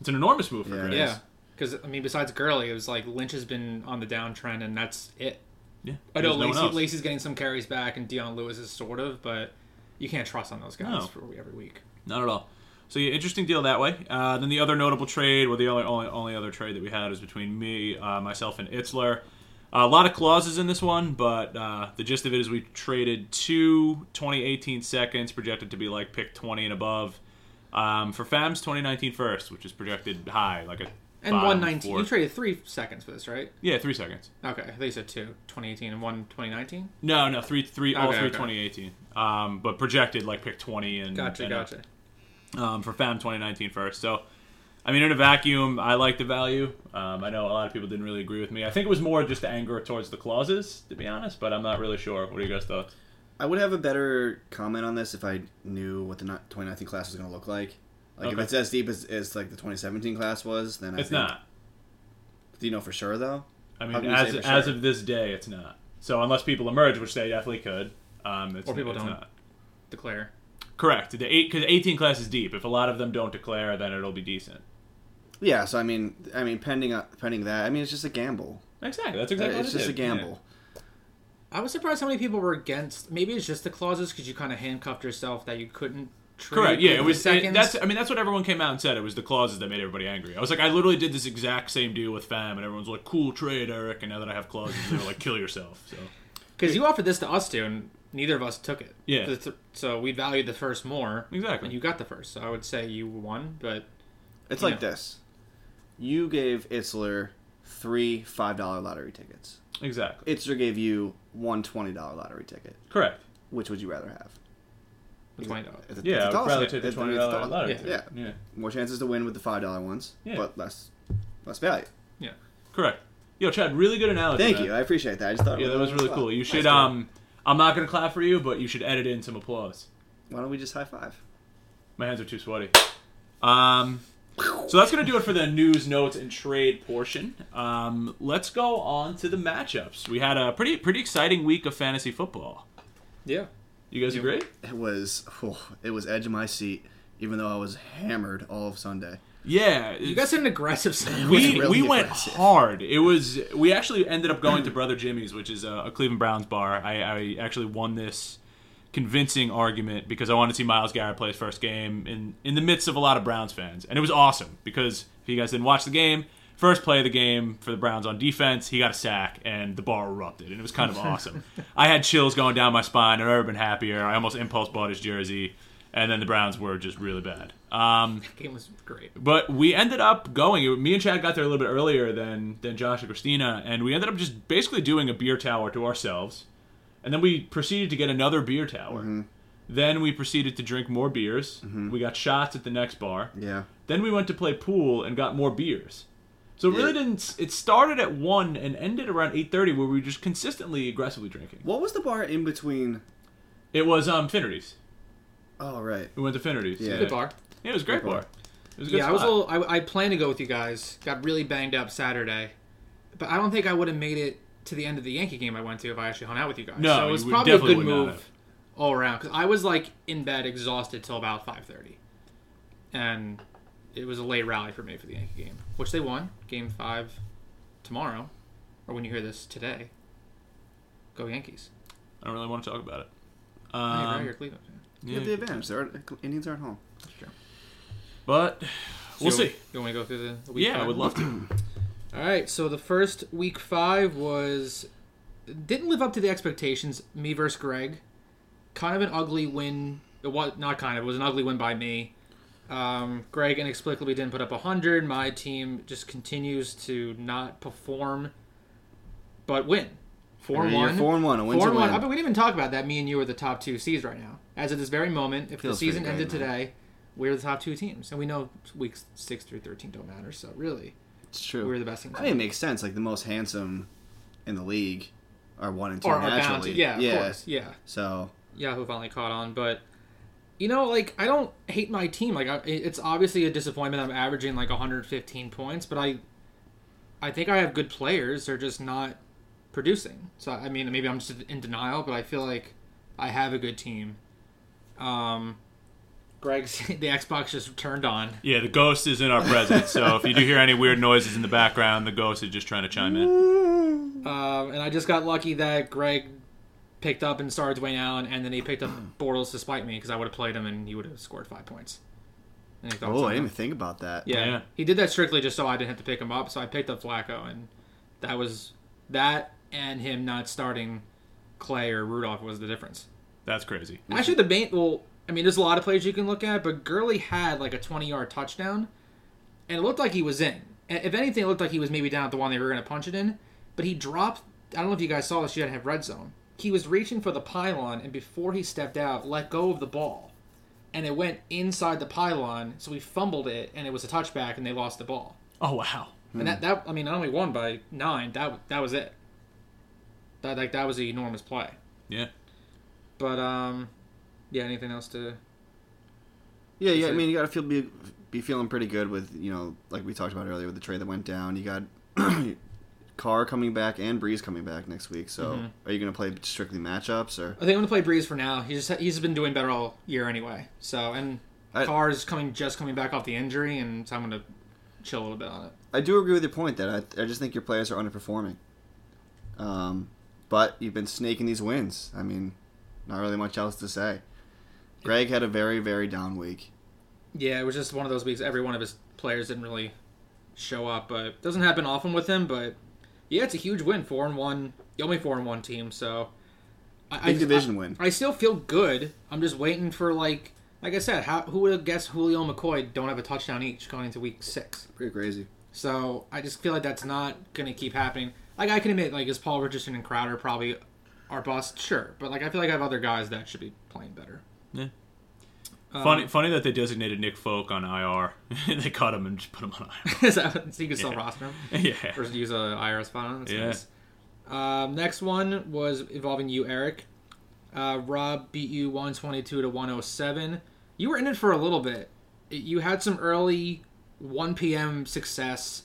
[SPEAKER 1] It's an enormous move for
[SPEAKER 2] Yeah,
[SPEAKER 1] Greg.
[SPEAKER 2] it
[SPEAKER 3] Yeah, because I mean, besides Gurley, it was like Lynch has been on the downtrend, and that's it.
[SPEAKER 1] Yeah.
[SPEAKER 3] I
[SPEAKER 1] There's
[SPEAKER 3] know
[SPEAKER 1] no one
[SPEAKER 3] Lacey,
[SPEAKER 1] else.
[SPEAKER 3] Lacey's getting some carries back, and Deion Lewis is sort of, but you can't trust on those guys
[SPEAKER 1] No.
[SPEAKER 3] for every week.
[SPEAKER 1] Not at all. So yeah, interesting deal that way. Uh, then the other notable trade, or the only, only only other trade that we had, is between me, uh, myself, and Itzler. a lot of clauses in this one, but uh, the gist of it is we traded two 2018 seconds, projected to be like pick 20 and above, um, for Fam's 2019 first, which is projected high, like a
[SPEAKER 3] And
[SPEAKER 1] bottom
[SPEAKER 3] one nineteen, you
[SPEAKER 1] fourth.
[SPEAKER 3] traded three seconds for this, right?
[SPEAKER 1] yeah, three seconds.
[SPEAKER 3] Okay, they said two, 2018 and one 2019.
[SPEAKER 1] No, no, three, three, all
[SPEAKER 3] Okay,
[SPEAKER 1] three
[SPEAKER 3] okay.
[SPEAKER 1] 2018, um, but projected like pick 20 and
[SPEAKER 3] Gotcha,
[SPEAKER 1] and up.
[SPEAKER 3] gotcha.
[SPEAKER 1] um, for FAM 2019 first. So, I mean, in a vacuum, I like the value. Um, I know a lot of people didn't really agree with me. I think it was more just anger towards the clauses, to be honest, but I'm not really sure. What are you guys' thoughts?
[SPEAKER 2] I would have a better comment on this if I knew what the ni- 2019 class was going to look like. Like if
[SPEAKER 1] Okay.
[SPEAKER 2] it's as deep as, as like the 2017 class was, then I
[SPEAKER 1] It's
[SPEAKER 2] think,
[SPEAKER 1] not.
[SPEAKER 2] Do you know for sure though?
[SPEAKER 1] I
[SPEAKER 2] How
[SPEAKER 1] mean,
[SPEAKER 2] can you say
[SPEAKER 1] as,
[SPEAKER 2] for
[SPEAKER 1] as
[SPEAKER 2] sure?
[SPEAKER 1] of this day, it's not. So, unless people emerge, which they definitely could, um, it's,
[SPEAKER 3] Or people
[SPEAKER 1] it's
[SPEAKER 3] don't.
[SPEAKER 1] not.
[SPEAKER 3] Declare.
[SPEAKER 1] Correct. The eight because 18 class is deep. If a lot of them don't declare, then it'll be decent.
[SPEAKER 2] Yeah. So I mean, I mean, pending uh, pending that, I mean, it's just a gamble.
[SPEAKER 1] Exactly. That's
[SPEAKER 2] Uh,
[SPEAKER 1] exactly. what
[SPEAKER 2] it's
[SPEAKER 1] I
[SPEAKER 2] just a
[SPEAKER 1] did. Yeah.
[SPEAKER 2] gamble.
[SPEAKER 3] I was surprised how many people were against. Maybe it's just the clauses because you kind of handcuffed yourself that you couldn't. Trade
[SPEAKER 1] Correct. Yeah, it
[SPEAKER 3] the
[SPEAKER 1] was. It,
[SPEAKER 3] seconds.
[SPEAKER 1] that's. I mean, that's what everyone came out and said. It was the clauses that made everybody angry. I was like, I literally did this exact same deal with Fam, and everyone's like, "Cool trade, Eric." And now that I have clauses, they're like, "Kill yourself." So
[SPEAKER 3] because you offered this to us too, and neither of us took it.
[SPEAKER 1] Yeah.
[SPEAKER 3] The th- so we valued the first more,
[SPEAKER 1] exactly.
[SPEAKER 3] and you got the first. So I would say you won, but
[SPEAKER 2] It's
[SPEAKER 3] Yeah.
[SPEAKER 2] like this. You gave Itzler three five dollar lottery tickets.
[SPEAKER 1] Exactly.
[SPEAKER 2] Itzer gave you one twenty dollar lottery ticket.
[SPEAKER 1] Correct.
[SPEAKER 2] Which would you rather have?
[SPEAKER 3] The twenty dollars.
[SPEAKER 2] It's a-
[SPEAKER 1] Yeah, I
[SPEAKER 2] it's a
[SPEAKER 1] would rather
[SPEAKER 2] toss-up.
[SPEAKER 1] take the
[SPEAKER 2] It's-
[SPEAKER 1] twenty
[SPEAKER 2] it's a
[SPEAKER 1] dollar
[SPEAKER 2] toss-up.
[SPEAKER 1] lottery.
[SPEAKER 3] Yeah.
[SPEAKER 1] ticket. yeah.
[SPEAKER 2] More chances to win with the five dollar ones,
[SPEAKER 1] Yeah.
[SPEAKER 2] but less less value.
[SPEAKER 3] Yeah.
[SPEAKER 1] Correct. Yo, Chad, really good analogy.
[SPEAKER 2] Thank
[SPEAKER 1] man.
[SPEAKER 2] you. I appreciate that. I just thought
[SPEAKER 1] Yeah, that was really cool. You
[SPEAKER 2] Nice
[SPEAKER 1] should
[SPEAKER 2] dude.
[SPEAKER 1] um I'm not gonna clap for you, but you should edit in some applause.
[SPEAKER 2] Why don't we just high five?
[SPEAKER 1] My hands are too sweaty. Um so that's gonna do it for the news, notes, and trade portion. Um, let's go on to the matchups. We had a pretty pretty exciting week of fantasy football.
[SPEAKER 3] Yeah.
[SPEAKER 1] You guys agree?
[SPEAKER 2] It was oh, it was edge of my seat, even though I was hammered all of Sunday.
[SPEAKER 1] Yeah.
[SPEAKER 3] You guys had an aggressive style.
[SPEAKER 1] we
[SPEAKER 2] really
[SPEAKER 1] we went
[SPEAKER 2] aggressive.
[SPEAKER 1] hard. It was we actually ended up going to Brother Jimmy's, which is a, a Cleveland Browns bar. I, I actually won this convincing argument because I wanted to see Miles Garrett play his first game in in the midst of a lot of Browns fans, and it was awesome because if you guys didn't watch the game. First play of the game for the Browns on defense, he got a sack and the bar erupted, and it was kind of awesome. I had chills going down my spine. I've never been happier. I almost impulse bought his jersey, and then the Browns were just really bad. Um,
[SPEAKER 3] game was great.
[SPEAKER 1] but we ended up going. Me and Chad got there a little bit earlier than than Josh and Christina, and we ended up just basically doing a beer tower to ourselves, and then we proceeded to get another beer tower.
[SPEAKER 3] Mm-hmm.
[SPEAKER 1] Then we proceeded to drink more beers. We got shots at the next bar.
[SPEAKER 2] Yeah.
[SPEAKER 1] Then we went to play pool and got more beers. So it really
[SPEAKER 2] Yeah.
[SPEAKER 1] didn't. It started at one and ended around eight thirty, where we were just consistently aggressively drinking.
[SPEAKER 2] What was the bar in between?
[SPEAKER 1] It was um Finity's.
[SPEAKER 2] Oh right.
[SPEAKER 1] We went to Finity's.
[SPEAKER 2] Yeah.
[SPEAKER 3] Good bar.
[SPEAKER 1] Yeah, it was a great
[SPEAKER 2] Good bar.
[SPEAKER 1] bar. It was a good
[SPEAKER 3] Yeah, I was a
[SPEAKER 1] spot.
[SPEAKER 3] little. I, I planned to go with you guys. Got really banged up Saturday, but I don't think I would have made it to the end of the Yankee game I went to if I actually hung out with you guys.
[SPEAKER 1] No,
[SPEAKER 3] so it was
[SPEAKER 1] you would-
[SPEAKER 3] probably a
[SPEAKER 1] definitely
[SPEAKER 3] good
[SPEAKER 1] would not
[SPEAKER 3] move
[SPEAKER 1] have.
[SPEAKER 3] all around because I was like in bed exhausted till about five thirty, and it was a late rally for me for the Yankee game, which they won. Game five tomorrow, or when you hear this today. Go Yankees!
[SPEAKER 1] I don't really want to talk about it.
[SPEAKER 3] Hey, Ryan,
[SPEAKER 1] Um,
[SPEAKER 3] you're a Cleveland fan.
[SPEAKER 2] You have the advantage. They're, Indians aren't home.
[SPEAKER 1] But
[SPEAKER 3] So
[SPEAKER 1] we'll
[SPEAKER 3] you want
[SPEAKER 1] see.
[SPEAKER 3] me- You want me to go through the- the week?
[SPEAKER 1] Yeah, I
[SPEAKER 3] five?
[SPEAKER 1] would love to.
[SPEAKER 3] All right, so the first week five was didn't live up to the expectations. Me versus Greg, kind of an ugly win. It was not kind of. It was an ugly win by me. Um, Greg inexplicably didn't put up hundred. My team just continues to not perform, but win. Four and
[SPEAKER 2] You're
[SPEAKER 3] one.
[SPEAKER 2] Four and one. A win's
[SPEAKER 3] Four
[SPEAKER 2] a
[SPEAKER 3] and
[SPEAKER 2] win.
[SPEAKER 3] one. I mean, we didn't even talk about that. Me and you are the top two seeds right now. As of this very moment, if
[SPEAKER 2] Feels
[SPEAKER 3] the season
[SPEAKER 2] pretty
[SPEAKER 3] ended
[SPEAKER 2] great, man.
[SPEAKER 3] today, we're the top two teams, and we know weeks six through thirteen don't matter. So really,
[SPEAKER 2] It's true.
[SPEAKER 3] we're the best team.
[SPEAKER 2] I mean, it makes sense. Like the most handsome in the league are one and two
[SPEAKER 3] or are
[SPEAKER 2] naturally.
[SPEAKER 3] bound to. Yeah, of
[SPEAKER 2] yeah.
[SPEAKER 3] course. Yeah.
[SPEAKER 2] So
[SPEAKER 3] Yahoo finally caught on, but you know, like I don't hate my team. Like I, it's obviously a disappointment. I'm averaging like 115 points, but I, I think I have good players. They're just not producing. So I mean, maybe I'm just in denial, but I feel like I have a good team. Um, Greg's the Xbox just turned on.
[SPEAKER 1] Yeah, the ghost is in our presence, so if you do hear any weird noises in the background, the ghost is just trying to chime in.
[SPEAKER 3] Um, and I just got lucky that Greg picked up and started Dwayne Allen, and then he picked up Bortles to spite me because I would have played him and he would have scored five points. Any thoughts
[SPEAKER 2] oh,
[SPEAKER 3] on
[SPEAKER 2] I didn't
[SPEAKER 3] that?
[SPEAKER 2] even think about that.
[SPEAKER 3] yeah.
[SPEAKER 1] Yeah.
[SPEAKER 3] he did that strictly just so I didn't have to pick him up. So I picked up Flacco, and that was that and him not starting Clay or Rudolph was the difference.
[SPEAKER 1] That's crazy.
[SPEAKER 3] Actually, the main well, I mean, there's a lot of plays you can look at, but Gurley had like a 20 yard touchdown, and it looked like he was in. A- If anything, it looked like he was maybe down at the one they were going to punch it in, but he dropped. I don't know if you guys saw this. You didn't have red zone. He was reaching for the pylon, and before he stepped out, let go of the ball, and it went inside the pylon. So he fumbled it, and it was a touchback, and they lost the ball.
[SPEAKER 1] Oh wow.
[SPEAKER 3] And that, that I mean, I only won by nine. That that was it. That like that was an enormous play.
[SPEAKER 1] Yeah.
[SPEAKER 3] But um, yeah. Anything else to
[SPEAKER 2] Yeah, yeah. I
[SPEAKER 3] it-
[SPEAKER 2] mean, you gotta feel be be feeling pretty good with you know, like we talked about earlier with the trade that went down. You got Carr coming back and Breeze coming back next week. So, are you gonna play strictly matchups or?
[SPEAKER 3] I think I'm gonna play Breeze for now. He's just, he's been doing better all year anyway. So and
[SPEAKER 2] I-
[SPEAKER 3] Carr's coming just coming back off the injury, and so I'm gonna chill a little bit on it.
[SPEAKER 2] I do agree with your point that I, I just think your players are underperforming. Um, but you've been snaking these wins. I mean, not really much else to say. Greg had a very very down week.
[SPEAKER 3] Yeah, it was just one of those weeks. Every one of his players didn't really show up, but it doesn't happen often with him. But yeah, it's a huge win. Four and one, the only four and one team. So I,
[SPEAKER 2] Big division win.
[SPEAKER 3] I still feel good. I'm just waiting for like like I said, how, who would have guessed Julio and McCoy don't have a touchdown each going into week six?
[SPEAKER 2] Pretty crazy.
[SPEAKER 3] So I just feel like that's not going to keep happening. Like I can admit, like is Paul Richardson and Crowder probably our bust? Sure, but like I feel like I have other guys that should be playing better.
[SPEAKER 1] Yeah.
[SPEAKER 3] Uh,
[SPEAKER 1] Funny, funny that they designated Nick Folk on IR. they cut him and just put him on
[SPEAKER 3] so you can still roster him
[SPEAKER 1] IR. yeah.
[SPEAKER 3] or use a IR spot on. That's
[SPEAKER 1] Yeah.
[SPEAKER 3] nice. Um, next one was involving you, Eric. Uh, Rob beat you 122 to 107. You were in it for a little bit. You had some early 1 p.m. success,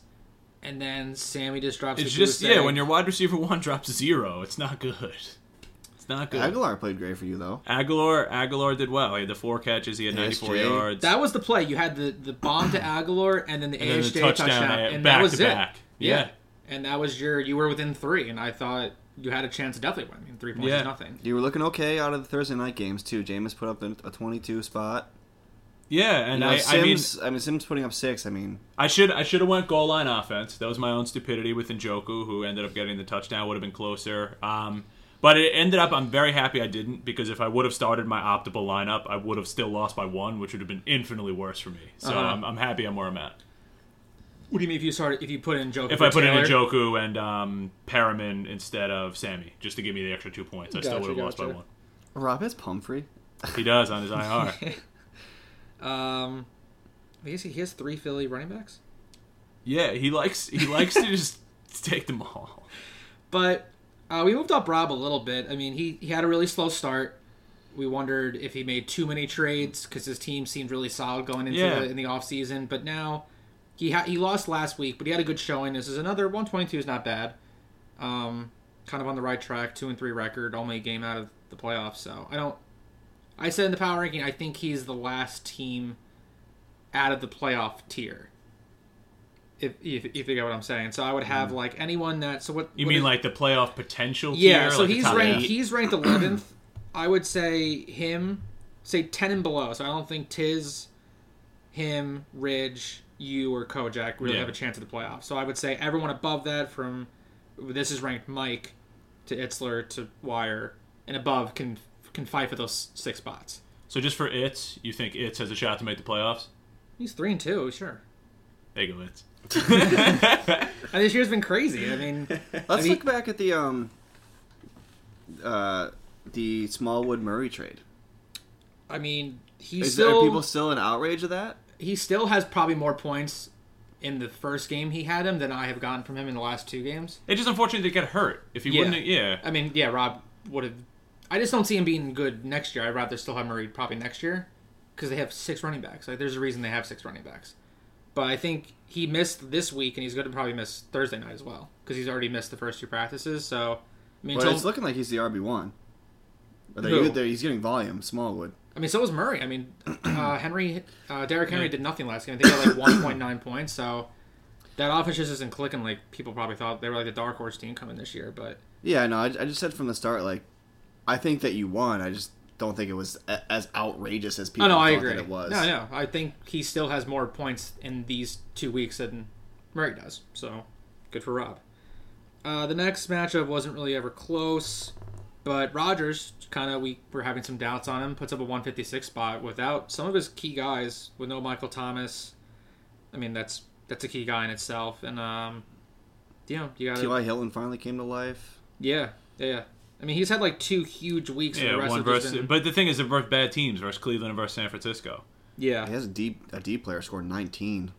[SPEAKER 3] and then Sammy just drops.
[SPEAKER 1] It's
[SPEAKER 3] the
[SPEAKER 1] just
[SPEAKER 3] goose egg.
[SPEAKER 1] yeah, when your wide receiver one drops zero, it's not good. It's not good.
[SPEAKER 2] Aguilar played great for you though.
[SPEAKER 1] Aguilar Aguilar did well. He had the four catches. He had
[SPEAKER 2] Yeah,
[SPEAKER 1] 94
[SPEAKER 2] ASJ.
[SPEAKER 1] yards.
[SPEAKER 3] that was the play. You had the, the bomb to Aguilar, and then the
[SPEAKER 1] and then
[SPEAKER 3] AHJ
[SPEAKER 1] the touchdown, uh,
[SPEAKER 3] and
[SPEAKER 1] back
[SPEAKER 3] that was
[SPEAKER 1] to
[SPEAKER 3] it.
[SPEAKER 1] back. Yeah.
[SPEAKER 3] and that was your. You were within three, and I thought you had a chance to definitely win. I mean, three points
[SPEAKER 1] Yeah.
[SPEAKER 3] is nothing.
[SPEAKER 2] You were looking okay out of the Thursday night games too. Jameis put up a 22 spot.
[SPEAKER 1] yeah,
[SPEAKER 2] You
[SPEAKER 1] And
[SPEAKER 2] know,
[SPEAKER 1] I, I mean,
[SPEAKER 2] Sims, I mean, Sims putting up six. I mean,
[SPEAKER 1] I should I should have went goal line offense. That was my own stupidity with Njoku, who ended up getting the touchdown. Would have been closer. Um, but it ended up. I'm very happy I didn't because if I would have started my optimal lineup, I would have still lost by one, which would have been infinitely worse for me. So
[SPEAKER 3] Uh-huh.
[SPEAKER 1] I'm, I'm happy I'm where I'm at.
[SPEAKER 3] What do you mean if you started if you put in Joker?
[SPEAKER 1] If I put in Njoku and um, Perriman instead of Sammy, just to give me the extra two points, I still
[SPEAKER 3] Gotcha,
[SPEAKER 1] would have lost by
[SPEAKER 3] gotcha.
[SPEAKER 1] one.
[SPEAKER 2] Rob has Pumphrey.
[SPEAKER 1] He does on his IR.
[SPEAKER 3] Um, I guess he has three Philly running backs,
[SPEAKER 1] yeah, he likes he likes to just take them all.
[SPEAKER 3] but uh, we moved up Rob a little bit. I mean, he he had a really slow start. We wondered if he made too many trades because his team seemed really solid going into
[SPEAKER 1] Yeah.
[SPEAKER 3] the, in the off season. But now he ha- he lost last week, but he had a good showing. This is another 122 is not bad. Um, kind of on the right track, two and three record, only a game out of the playoffs. So I don't. I said in the power ranking, I think he's the last team out of the playoff tier. If if, if you get what I'm saying, so I would have like anyone that. So what
[SPEAKER 1] Mm. You
[SPEAKER 3] what
[SPEAKER 1] mean
[SPEAKER 3] is-
[SPEAKER 1] like the playoff potential?
[SPEAKER 3] yeah,
[SPEAKER 1] tier,
[SPEAKER 3] so
[SPEAKER 1] like the
[SPEAKER 3] he's
[SPEAKER 1] top
[SPEAKER 3] ranked.
[SPEAKER 1] eight?
[SPEAKER 3] He's ranked eleventh. I would say him, say ten and below. So I don't think Tiz, him, Ridge, you, or Kojak really
[SPEAKER 1] Yeah.
[SPEAKER 3] have a chance at the playoffs. So I would say everyone above that, from this is ranked Mike to Itzler to Wire and above, can can fight for those six spots.
[SPEAKER 1] So just for Itz, you think Itz has a shot to make the playoffs?
[SPEAKER 3] He's three and two, sure.
[SPEAKER 1] There you go, Itz.
[SPEAKER 3] And this year's been crazy. I mean,
[SPEAKER 2] Let's
[SPEAKER 3] mean-
[SPEAKER 2] look back at the um, uh, the Smallwood Murray trade.
[SPEAKER 3] I mean, he's
[SPEAKER 2] Is
[SPEAKER 3] still
[SPEAKER 2] are people still in outrage of that?
[SPEAKER 3] he still has probably more points in the first game he had him than I have gotten from him in the last two games.
[SPEAKER 1] It's just unfortunate to get hurt. If he
[SPEAKER 3] Yeah.
[SPEAKER 1] wouldn't, yeah,
[SPEAKER 3] I mean, yeah, Rob would have. I just don't see him being good next year. I'd rather still have Murray probably next year because they have six running backs. Like, there's a reason they have six running backs. But I think he missed this week, and he's going to probably miss Thursday night as well because he's already missed the first two practices. So, I mean,
[SPEAKER 2] But
[SPEAKER 3] so,
[SPEAKER 2] it's looking like he's the RB one.
[SPEAKER 3] Who?
[SPEAKER 2] He's getting volume. Smallwood.
[SPEAKER 3] I mean, so was Murray. I mean, uh, Henry, uh, Derrick Henry did nothing last game. I think he had like 1.9 points. So that offense just isn't clicking like people probably thought they were like the dark horse team coming this year. But
[SPEAKER 2] Yeah, no, I, I just said from the start, like, I think that you won. I just don't think it was a- as outrageous as people
[SPEAKER 3] oh no,
[SPEAKER 2] thought
[SPEAKER 3] I agree.
[SPEAKER 2] that it was.
[SPEAKER 3] No, no, I think he still has more points in these two weeks than Murray does. So good for Rob. Uh, the next matchup wasn't really ever close, but Rogers kind of we were having some doubts on him. Puts up a 156 spot without some of his key guys, with no Michael Thomas. I mean that's that's a key guy in itself, and um, you know you got to
[SPEAKER 2] T.Y. Hilton finally came to life.
[SPEAKER 3] yeah yeah. I mean he's had like two huge weeks. and the
[SPEAKER 1] yeah,
[SPEAKER 3] rest
[SPEAKER 1] one
[SPEAKER 3] of it's
[SPEAKER 1] versus.
[SPEAKER 3] been-
[SPEAKER 1] But the thing is, they're both bad teams versus Cleveland and versus San Francisco.
[SPEAKER 2] He
[SPEAKER 3] yeah
[SPEAKER 2] has a D, a D player scored 19.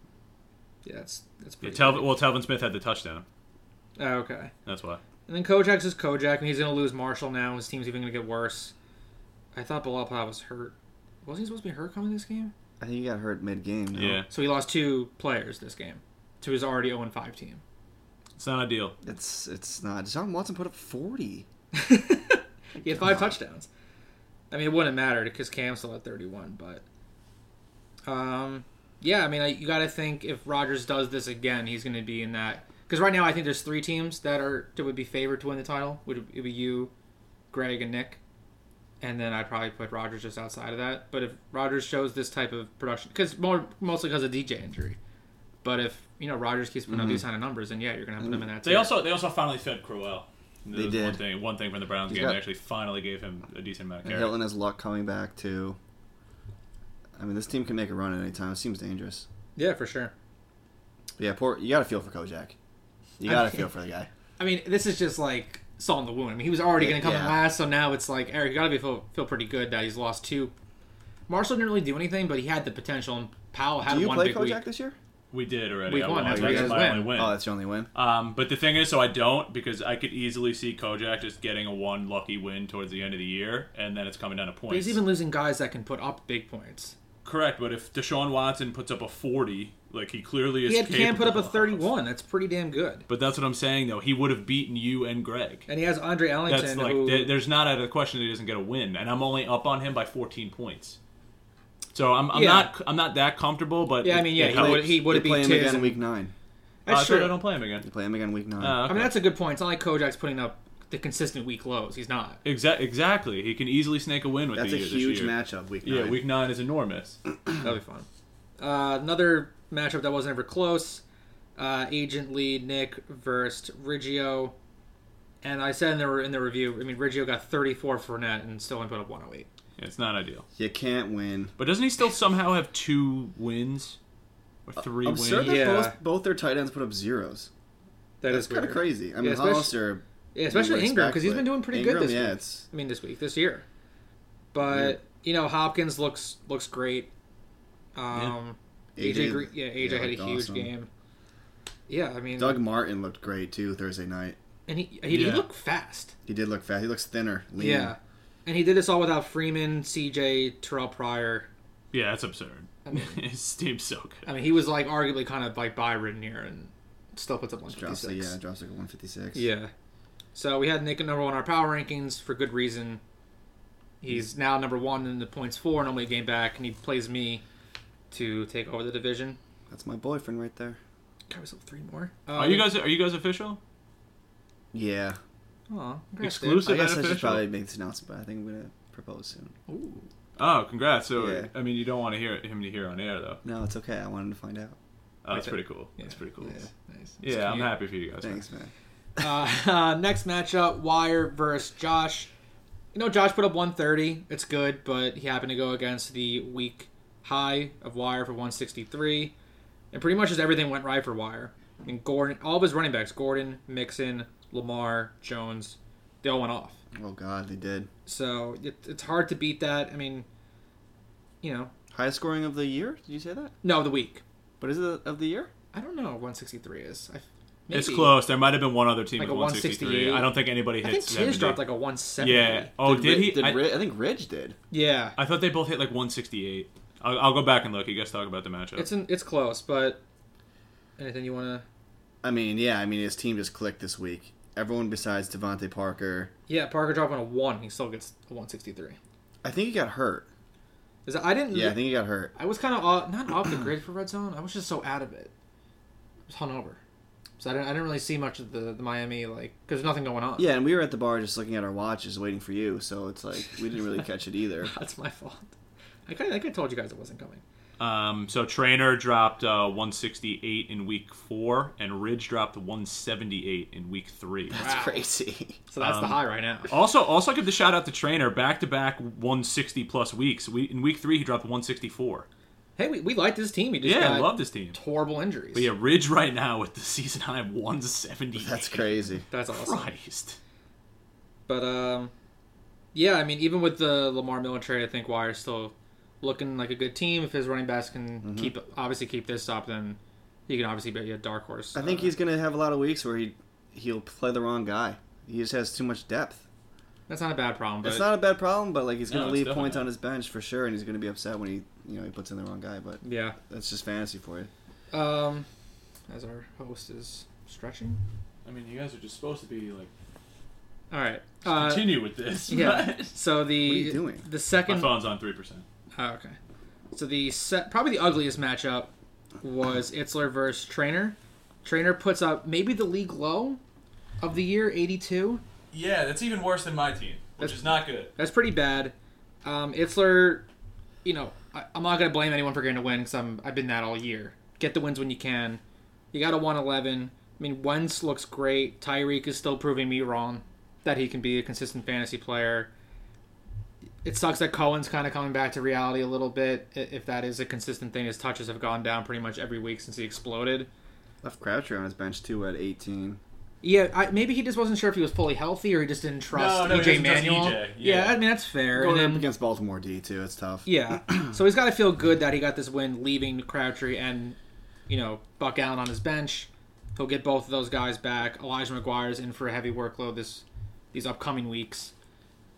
[SPEAKER 3] yeah that's that's
[SPEAKER 1] Yeah,
[SPEAKER 3] pretty.
[SPEAKER 1] Telvin, well, Telvin Smith had the touchdown.
[SPEAKER 3] good. Oh, okay.
[SPEAKER 1] That's why.
[SPEAKER 3] And then Kojak's is Kojak, and he's going to lose Marshall now. His team's even going to get worse. I thought Balapa was hurt. Wasn't he supposed to be hurt coming this game?
[SPEAKER 2] I think he got hurt mid game.
[SPEAKER 1] Yeah,
[SPEAKER 3] So he lost two players this game to his already 0 5 team.
[SPEAKER 1] it's not ideal.
[SPEAKER 2] It's it's not. Deshaun Watson put up 40.
[SPEAKER 3] He had five touchdowns. I mean, it wouldn't matter because Cam still had 31, but. Um, yeah, I mean, I, you got to think if Rogers does this again, he's going to be in that. Because right now, I think there's three teams that are that would be favored to win the title. Would it be you, Greg, and Nick? And then I'd probably put Rogers just outside of that. But if Rogers shows this type of production, because more mostly because of DJ injury, but if you know Rogers keeps putting up these kind of numbers, then yeah, you're gonna have to put him in that.
[SPEAKER 1] They
[SPEAKER 3] tier.
[SPEAKER 1] also they also finally fed Crowell.
[SPEAKER 2] They
[SPEAKER 1] was One
[SPEAKER 2] did.
[SPEAKER 1] thing, one thing from the Browns
[SPEAKER 2] He's
[SPEAKER 1] game,
[SPEAKER 2] got-
[SPEAKER 1] they actually finally gave him a decent amount of
[SPEAKER 2] And
[SPEAKER 1] carry.
[SPEAKER 2] Hilton has luck coming back, too. I mean, this team can make a run at any time. It seems dangerous.
[SPEAKER 3] Yeah, for sure.
[SPEAKER 2] Yeah, poor. You got to feel for Kojak. You
[SPEAKER 3] I
[SPEAKER 2] got to
[SPEAKER 3] mean-
[SPEAKER 2] feel for the guy.
[SPEAKER 3] I mean, this is just like salt in the wound. I mean, he was already
[SPEAKER 2] Yeah,
[SPEAKER 3] going to come in
[SPEAKER 2] yeah.
[SPEAKER 3] last, so now it's like Eric, you got to be feel, feel pretty good that he's lost two. Marshall didn't really do anything, but he had the potential. And Powell had
[SPEAKER 2] Do you
[SPEAKER 3] one
[SPEAKER 2] play
[SPEAKER 3] big
[SPEAKER 2] Kojak
[SPEAKER 3] week.
[SPEAKER 2] this year?
[SPEAKER 1] We did already.
[SPEAKER 3] Week
[SPEAKER 1] I
[SPEAKER 3] one,
[SPEAKER 1] won.
[SPEAKER 3] that's
[SPEAKER 2] right, you
[SPEAKER 1] That's
[SPEAKER 2] guys
[SPEAKER 1] my only
[SPEAKER 3] win.
[SPEAKER 1] win.
[SPEAKER 2] Oh, that's your only win.
[SPEAKER 1] Um, but the thing is, so I don't because I could easily see Kojak just getting a one lucky win towards the end of the year, and then it's coming down to
[SPEAKER 3] But
[SPEAKER 1] points.
[SPEAKER 3] he's even losing guys that can put up big points.
[SPEAKER 1] Correct, but if Deshaun Watson puts up a forty, like he clearly is,
[SPEAKER 3] He had Cam put up
[SPEAKER 1] capable
[SPEAKER 3] a
[SPEAKER 1] of-
[SPEAKER 3] 31. That's pretty damn good.
[SPEAKER 1] But that's what I'm saying, though. He would have beaten you and Greg.
[SPEAKER 3] And he has Andre Ellington.
[SPEAKER 1] That's like
[SPEAKER 3] who,
[SPEAKER 1] there- there's not out of the question that he doesn't get a win, and I'm only up on him by 14 points. So I'm, I'm
[SPEAKER 3] Yeah.
[SPEAKER 1] not I'm not that comfortable, but
[SPEAKER 3] Yeah, I
[SPEAKER 1] it-
[SPEAKER 3] mean, yeah,
[SPEAKER 1] it
[SPEAKER 3] he
[SPEAKER 1] helps.
[SPEAKER 3] would- Oh, he would
[SPEAKER 2] You
[SPEAKER 3] have
[SPEAKER 2] play
[SPEAKER 3] beat
[SPEAKER 2] him again
[SPEAKER 3] Tiz.
[SPEAKER 2] week nine.
[SPEAKER 1] Oh, I
[SPEAKER 3] That's
[SPEAKER 1] thought I
[SPEAKER 3] true.
[SPEAKER 1] don't play him again.
[SPEAKER 2] You play him again week nine.
[SPEAKER 1] Uh,
[SPEAKER 3] I mean, that's a good point. It's not like Kojak's putting up the consistent week lows. He's not.
[SPEAKER 1] Exa- exactly. He can easily snake a win with
[SPEAKER 2] that's
[SPEAKER 1] the
[SPEAKER 2] a
[SPEAKER 1] year this
[SPEAKER 2] huge
[SPEAKER 1] year.
[SPEAKER 2] matchup week
[SPEAKER 1] Yeah,
[SPEAKER 2] nine.
[SPEAKER 1] week nine is enormous.
[SPEAKER 3] That'll be fun. Uh, another matchup that wasn't ever close. Uh, Agent Lee Nick versus Riggio. And I said in the in the review, I mean Riggio got 34 for net and still only put up 108.
[SPEAKER 1] It's not ideal.
[SPEAKER 2] you can't win.
[SPEAKER 1] But doesn't he still somehow have two wins or three
[SPEAKER 2] I'm
[SPEAKER 1] wins?
[SPEAKER 2] sure that
[SPEAKER 3] Yeah.
[SPEAKER 2] both, both their tight ends put up zeros.
[SPEAKER 3] That
[SPEAKER 2] That's
[SPEAKER 3] is
[SPEAKER 2] kind of
[SPEAKER 3] weird.
[SPEAKER 2] crazy. I mean,
[SPEAKER 3] Yeah, especially-
[SPEAKER 2] Hollister.
[SPEAKER 3] Yeah,
[SPEAKER 2] you
[SPEAKER 3] especially
[SPEAKER 2] would
[SPEAKER 3] Ingram
[SPEAKER 2] expect,
[SPEAKER 3] because he's been
[SPEAKER 2] but
[SPEAKER 3] doing pretty
[SPEAKER 2] Ingram,
[SPEAKER 3] good this
[SPEAKER 2] yeah,
[SPEAKER 3] week.
[SPEAKER 2] It's,
[SPEAKER 3] I mean this week, this year. But you know Hopkins looks looks great. Um, AJ, Green, yeah, AJ had a
[SPEAKER 2] looked
[SPEAKER 3] huge
[SPEAKER 2] awesome.
[SPEAKER 3] game. Yeah, I mean,
[SPEAKER 2] Doug Martin looked great too Thursday night.
[SPEAKER 3] and he he, he
[SPEAKER 1] Yeah.
[SPEAKER 3] looked fast.
[SPEAKER 2] He did look fast. He looks thinner, lean.
[SPEAKER 3] Yeah. And he did this all without Freeman, CJ, Terrell Pryor.
[SPEAKER 1] Yeah, that's absurd.
[SPEAKER 3] I mean-
[SPEAKER 1] His team's so good.
[SPEAKER 3] I mean, he was like arguably kind of like by Ridenier and still puts up
[SPEAKER 2] Drops like,
[SPEAKER 3] 156.
[SPEAKER 2] yeah, drops like 156.
[SPEAKER 3] yeah. So we had Nick at number one in our power rankings for good reason. He's now number one in the points four, and only a game back, and he plays me to take over the division.
[SPEAKER 2] That's my boyfriend right there.
[SPEAKER 3] God, we still have three more. Um,
[SPEAKER 1] Are you guys are you guys official?
[SPEAKER 2] Yeah.
[SPEAKER 3] Aw, congrats, dude.
[SPEAKER 1] Exclusive
[SPEAKER 2] I guess I
[SPEAKER 1] and
[SPEAKER 2] should
[SPEAKER 1] official?
[SPEAKER 2] probably make this announcement, but I think I'm gonna propose soon.
[SPEAKER 3] Ooh.
[SPEAKER 1] Oh, congrats! So
[SPEAKER 2] Yeah.
[SPEAKER 1] I mean, you don't want to hear him to hear on air though.
[SPEAKER 2] No, it's okay. I wanted to find out.
[SPEAKER 1] Oh, that's
[SPEAKER 3] Like
[SPEAKER 1] pretty cool.
[SPEAKER 3] Yeah,
[SPEAKER 1] That's pretty cool.
[SPEAKER 3] nice, nice.
[SPEAKER 1] Yeah,
[SPEAKER 3] It's
[SPEAKER 1] I'm
[SPEAKER 3] cute.
[SPEAKER 1] happy for you guys. man.
[SPEAKER 2] Thanks, man.
[SPEAKER 3] uh, next matchup, Wire versus Josh. You know, Josh put up 130. It's good, but he happened to go against the weak high of Wire for 163. And pretty much just everything went right for Wire. I mean, Gordon, all of his running backs, Gordon, Mixon, Lamar, Jones, they all went off.
[SPEAKER 2] Oh God, they did.
[SPEAKER 3] So it, it's hard to beat that. I mean, you know,
[SPEAKER 2] Highest scoring of the year? Did you say that?
[SPEAKER 3] no, the week.
[SPEAKER 2] What is it of the year?
[SPEAKER 3] I don't know what 163 is. I,
[SPEAKER 1] It's close. There might have been one other team
[SPEAKER 3] Like
[SPEAKER 1] with
[SPEAKER 3] a
[SPEAKER 1] 163.
[SPEAKER 3] 168.
[SPEAKER 1] I don't think anybody
[SPEAKER 3] I think
[SPEAKER 1] hit.
[SPEAKER 3] Tiz
[SPEAKER 1] 70.
[SPEAKER 3] dropped like a 170.
[SPEAKER 1] yeah. Oh, did,
[SPEAKER 2] Ri-
[SPEAKER 1] he?
[SPEAKER 2] Did
[SPEAKER 1] I,
[SPEAKER 2] Ri- I think Ridge did.
[SPEAKER 3] Yeah.
[SPEAKER 1] I thought they both hit like 168. I'll, I'll go back and look. You guys talk about the matchup.
[SPEAKER 3] It's in, it's close, but anything you want to?
[SPEAKER 2] I mean, yeah. I mean, his team just clicked this week. Everyone besides Devontae Parker.
[SPEAKER 3] Yeah, Parker dropped on a one. He still gets a one sixty three.
[SPEAKER 2] I think he got hurt.
[SPEAKER 3] Is that, I didn't.
[SPEAKER 2] Yeah, I think he got hurt.
[SPEAKER 3] I was kind of off, not off the grid for red zone. I was just so out of it. I was hungover, so I didn't. I didn't really see much of the, the Miami like because there's nothing going on.
[SPEAKER 2] Yeah, and we were at the bar just looking at our watches, waiting for you. So it's like we didn't really catch it either.
[SPEAKER 3] that's my fault. I kind of I told you guys it wasn't coming.
[SPEAKER 1] um, so Trainer dropped uh, 168 in week four, and Ridge dropped 178 in week three.
[SPEAKER 2] That's
[SPEAKER 3] Wow.
[SPEAKER 2] crazy.
[SPEAKER 3] So that's the
[SPEAKER 1] Um,
[SPEAKER 3] high right now.
[SPEAKER 1] Also, also give the shout out to Trainer back to back 160 plus weeks. We, in week three, he dropped 164.
[SPEAKER 3] Hey, we, we liked this team. He just
[SPEAKER 1] Yeah, I
[SPEAKER 3] got
[SPEAKER 1] love this team.
[SPEAKER 3] horrible injuries.
[SPEAKER 1] But yeah, Ridge right now with the season high of 178.
[SPEAKER 2] That's crazy.
[SPEAKER 3] that's awesome.
[SPEAKER 1] Christ.
[SPEAKER 3] But um, yeah, I mean, even with the Lamar Miller trade, I think Wire's still looking like a good team. If his running backs can
[SPEAKER 2] Mm-hmm.
[SPEAKER 3] keep obviously keep this up, then he can obviously be a dark horse.
[SPEAKER 2] I think
[SPEAKER 3] Uh,
[SPEAKER 2] he's gonna have a lot of weeks where he he'll play the wrong guy. He just has too much depth.
[SPEAKER 3] that's not a bad problem. But
[SPEAKER 2] It's not a bad problem, but like he's
[SPEAKER 1] No,
[SPEAKER 2] gonna
[SPEAKER 1] it's
[SPEAKER 2] leave
[SPEAKER 1] definitely
[SPEAKER 2] points
[SPEAKER 1] not.
[SPEAKER 2] on his bench for sure, and he's gonna be upset when he you know he puts in the wrong guy. But
[SPEAKER 3] yeah,
[SPEAKER 2] that's just fantasy for you.
[SPEAKER 3] um, as our host is stretching.
[SPEAKER 1] I mean, you guys are just supposed to be like
[SPEAKER 3] All right. Uh,
[SPEAKER 1] continue with this.
[SPEAKER 3] yeah. So the
[SPEAKER 2] What are you doing?
[SPEAKER 3] the
[SPEAKER 1] My
[SPEAKER 3] second
[SPEAKER 1] phone's on three percent.
[SPEAKER 3] Oh, okay. So the set, probably the ugliest matchup was Itzler versus Trainer. Trainer puts up maybe the league low of the year, 82.
[SPEAKER 1] Yeah, that's even worse than my team, which
[SPEAKER 3] That's-
[SPEAKER 1] is not good.
[SPEAKER 3] That's pretty bad. Um, Itzler, you know, I, I'm not gonna blame anyone for getting a win because I'm I've been that all year. Get the wins when you can. You got a 111. I mean, Wentz looks great. Tyreek is still proving me wrong that he can be a consistent fantasy player. It sucks that Cohen's kind of coming back to reality a little bit. i- If that is a consistent thing, his touches have gone down pretty much every week since he exploded.
[SPEAKER 2] Left Crabtree on his bench too at 18.
[SPEAKER 3] Yeah, I, maybe he just wasn't sure if he was fully healthy or he just didn't trust
[SPEAKER 1] No, no, he
[SPEAKER 3] EJ
[SPEAKER 1] doesn't trust
[SPEAKER 3] Manuel.
[SPEAKER 1] EJ,
[SPEAKER 3] yeah.
[SPEAKER 1] yeah.
[SPEAKER 3] I mean that's fair.
[SPEAKER 2] Going
[SPEAKER 3] And
[SPEAKER 2] up
[SPEAKER 3] then-
[SPEAKER 2] against Baltimore D too, it's tough.
[SPEAKER 3] yeah, so he's got to feel good that he got this win, leaving Crabtree and you know Buck Allen on his bench. He'll get both of those guys back. Elijah McGuire's in for a heavy workload this these upcoming weeks,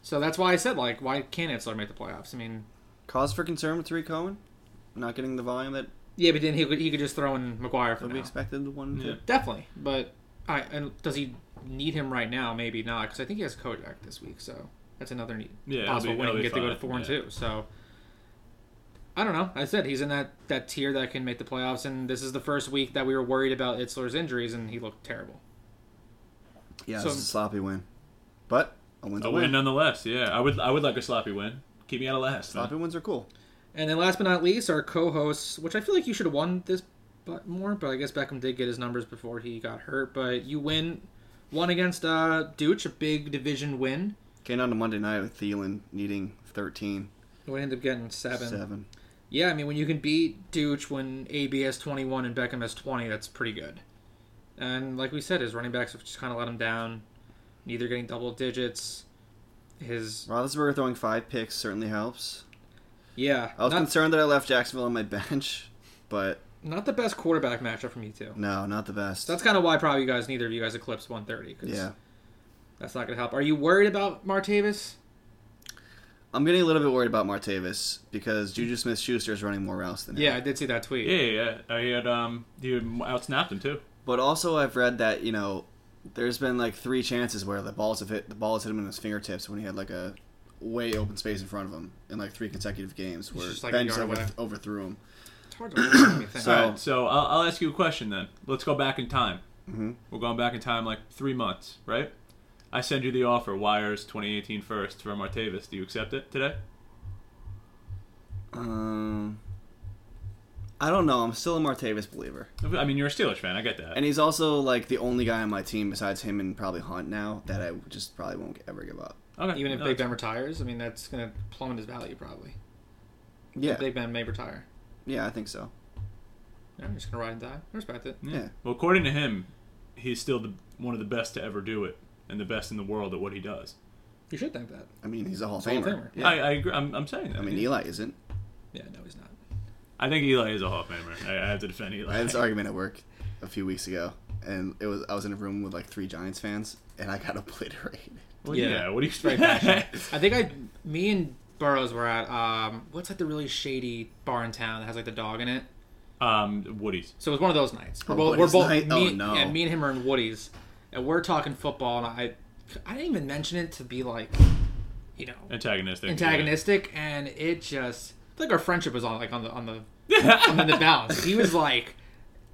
[SPEAKER 3] so that's why I said like, why can't Ansler make the playoffs? I mean,
[SPEAKER 2] Cause for concern with Tariq Cohen, not getting the volume that
[SPEAKER 3] yeah, but then he could he could just throw in McGuire for
[SPEAKER 2] we
[SPEAKER 3] now.
[SPEAKER 2] expected. The one,
[SPEAKER 1] Yeah.
[SPEAKER 2] to-
[SPEAKER 3] Definitely, but I and does he need him right now? Maybe not, because I think he has Kodak this week, so that's another neat
[SPEAKER 1] Yeah, it'll
[SPEAKER 3] possible
[SPEAKER 1] be-
[SPEAKER 3] win. He
[SPEAKER 1] it'll
[SPEAKER 3] can
[SPEAKER 1] be
[SPEAKER 3] get to go to
[SPEAKER 1] fine,
[SPEAKER 3] four and
[SPEAKER 1] yeah.
[SPEAKER 3] two. So I don't know. I said he's in that that tier that can make the playoffs, and this is the first week that we were worried about Itzler's injuries, and he looked terrible.
[SPEAKER 2] yeah,
[SPEAKER 3] So-
[SPEAKER 2] it's a sloppy win, but a win's a,
[SPEAKER 1] A
[SPEAKER 2] win.
[SPEAKER 1] win nonetheless. Yeah, I would I would like a sloppy win. Keep me out of last. man.
[SPEAKER 2] Sloppy wins are cool.
[SPEAKER 3] And then last but not least, our co-hosts, which I feel like you should have won this, but more. But I guess Beckham did get his numbers before he got hurt. But you win one against uh, Deutch, a big division win.
[SPEAKER 2] Came down to Monday night with Thielen needing 13,
[SPEAKER 3] We ended up getting
[SPEAKER 2] 7.
[SPEAKER 3] Yeah, I mean, when you can beat Deutch when AB has 21 and Beckham has 20, that's pretty good. And like we said, his running backs have just kind of let him down. Neither getting double digits. His
[SPEAKER 2] Roethlisberger throwing five picks certainly helps.
[SPEAKER 3] yeah,
[SPEAKER 2] I was
[SPEAKER 3] not,
[SPEAKER 2] concerned that I left Jacksonville on my bench, but
[SPEAKER 3] not the best quarterback matchup from you two.
[SPEAKER 2] no, not the best.
[SPEAKER 3] So that's kind of why probably you guys neither of you guys eclipsed 130 because
[SPEAKER 2] yeah.
[SPEAKER 3] that's not gonna help. Are you worried about Martavis?
[SPEAKER 2] I'm getting a little bit worried about Martavis because Juju Smith Schuster is running more routes than him.
[SPEAKER 3] Yeah, I did see that tweet.
[SPEAKER 1] Yeah, yeah, yeah. He had um, he had outsnapped him too.
[SPEAKER 2] But also, I've read that you know, there's been like three chances where the balls have hit the balls hit him in his fingertips when he had like a way open space in front of him in like three consecutive games where
[SPEAKER 3] just, like, a
[SPEAKER 2] Ben just
[SPEAKER 3] yard
[SPEAKER 2] over,
[SPEAKER 3] away.
[SPEAKER 2] overthrew him.
[SPEAKER 3] It's hard to remember anything.
[SPEAKER 2] So-
[SPEAKER 1] All right, so I'll, I'll ask you a question then. Let's go back in time. Mm-hmm. We're going back in time like three months, right? I send you the offer, Wires 2018 first from Martavis. Do you accept it today?
[SPEAKER 2] Um, I don't know. I'm still a Martavis believer,
[SPEAKER 1] I mean, you're a Steelers fan. I get that.
[SPEAKER 2] and he's also like the only guy on my team besides him and probably Hunt now that I just probably won't ever give up.
[SPEAKER 1] Okay.
[SPEAKER 3] even if
[SPEAKER 1] No,
[SPEAKER 3] Big Ben
[SPEAKER 1] that's-
[SPEAKER 3] retires, I mean that's gonna plummet his value probably.
[SPEAKER 2] Yeah,
[SPEAKER 3] Big Ben may retire.
[SPEAKER 2] yeah, I think so.
[SPEAKER 3] Yeah, I'm just gonna ride and die. I respect it.
[SPEAKER 2] Yeah.
[SPEAKER 1] Well, according to him, he's still the, one of the best to ever do it, and the best in the world at what he does.
[SPEAKER 3] You should think that.
[SPEAKER 2] I mean, he's a Hall of
[SPEAKER 3] Hall of
[SPEAKER 2] Famer.
[SPEAKER 3] Famer.
[SPEAKER 2] Yeah.
[SPEAKER 1] I, I agree. I'm, I'm saying that.
[SPEAKER 2] I mean, Eli isn't.
[SPEAKER 3] Yeah, no, he's not.
[SPEAKER 1] I think Eli is a Hall of Famer. I, I have to defend Eli.
[SPEAKER 2] I had this argument at work a few weeks ago, and it was I was in a room with like three Giants fans, and I got obliterated.
[SPEAKER 1] Well,
[SPEAKER 3] Yeah.
[SPEAKER 1] yeah. What do you expect?
[SPEAKER 3] I think I, me and Burrows were at um, what's like the really shady bar in town that has like the dog in it.
[SPEAKER 1] um, Woody's.
[SPEAKER 3] So it was one of those nights. We're
[SPEAKER 2] Oh,
[SPEAKER 3] both, we're
[SPEAKER 2] Woody's
[SPEAKER 3] both
[SPEAKER 2] night?
[SPEAKER 3] me,
[SPEAKER 2] Oh, no.
[SPEAKER 3] yeah, me and him are in Woody's, and we're talking football, and I, I didn't even mention it to be like, you know,
[SPEAKER 1] Antagonistic.
[SPEAKER 3] antagonistic, and it just I feel like our friendship was on like on the on the on the balance. He was like,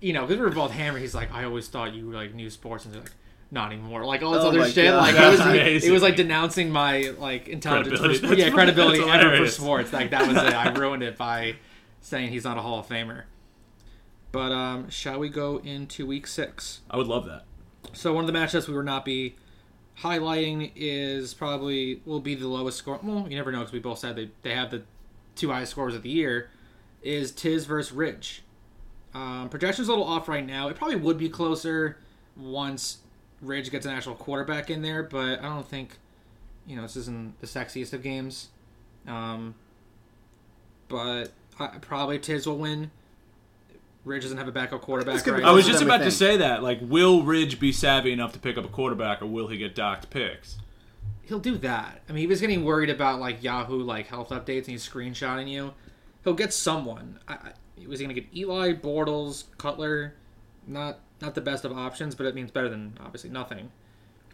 [SPEAKER 3] you know, because we were both hammered. He's like, I always thought you like knew sports, and they're like, not anymore. Like all this
[SPEAKER 2] Oh
[SPEAKER 3] other
[SPEAKER 2] my
[SPEAKER 3] shit.
[SPEAKER 2] God,
[SPEAKER 3] Like it
[SPEAKER 2] that's
[SPEAKER 3] was,
[SPEAKER 1] amazing.
[SPEAKER 3] it was like denouncing my like intelligence,
[SPEAKER 1] Credibility.
[SPEAKER 3] For,
[SPEAKER 1] That's
[SPEAKER 3] yeah,
[SPEAKER 1] fu-
[SPEAKER 3] credibility
[SPEAKER 1] that's
[SPEAKER 3] ever for
[SPEAKER 1] hilarious.
[SPEAKER 3] sports. Like that was it. I ruined it by saying he's not a Hall of Famer. But um, shall we go into week six?
[SPEAKER 1] I would love that.
[SPEAKER 3] So one of the matchups we will not be highlighting is probably will be the lowest score. Well, you never know because we both said they, they have the two highest scores of the year. Is Tiz versus Ridge? Um, projections a little off right now. It probably would be closer once Ridge gets an actual quarterback in there, but I don't think you know this isn't the sexiest of games. Um, but I, probably Tiz will win. Ridge doesn't have a backup quarterback
[SPEAKER 2] gonna
[SPEAKER 3] right
[SPEAKER 2] be
[SPEAKER 1] I was
[SPEAKER 2] That's
[SPEAKER 1] just
[SPEAKER 2] what we
[SPEAKER 1] about to
[SPEAKER 2] think.
[SPEAKER 1] say that. Like, will Ridge be savvy enough to pick up a quarterback, or will he get docked picks?
[SPEAKER 3] he'll do that. I mean, he was getting worried about like Yahoo like health updates, and he's screenshotting you. He'll get someone. I, I, was he gonna get Eli Bortles, Cutler? Not not the best of options, but it means better than obviously nothing.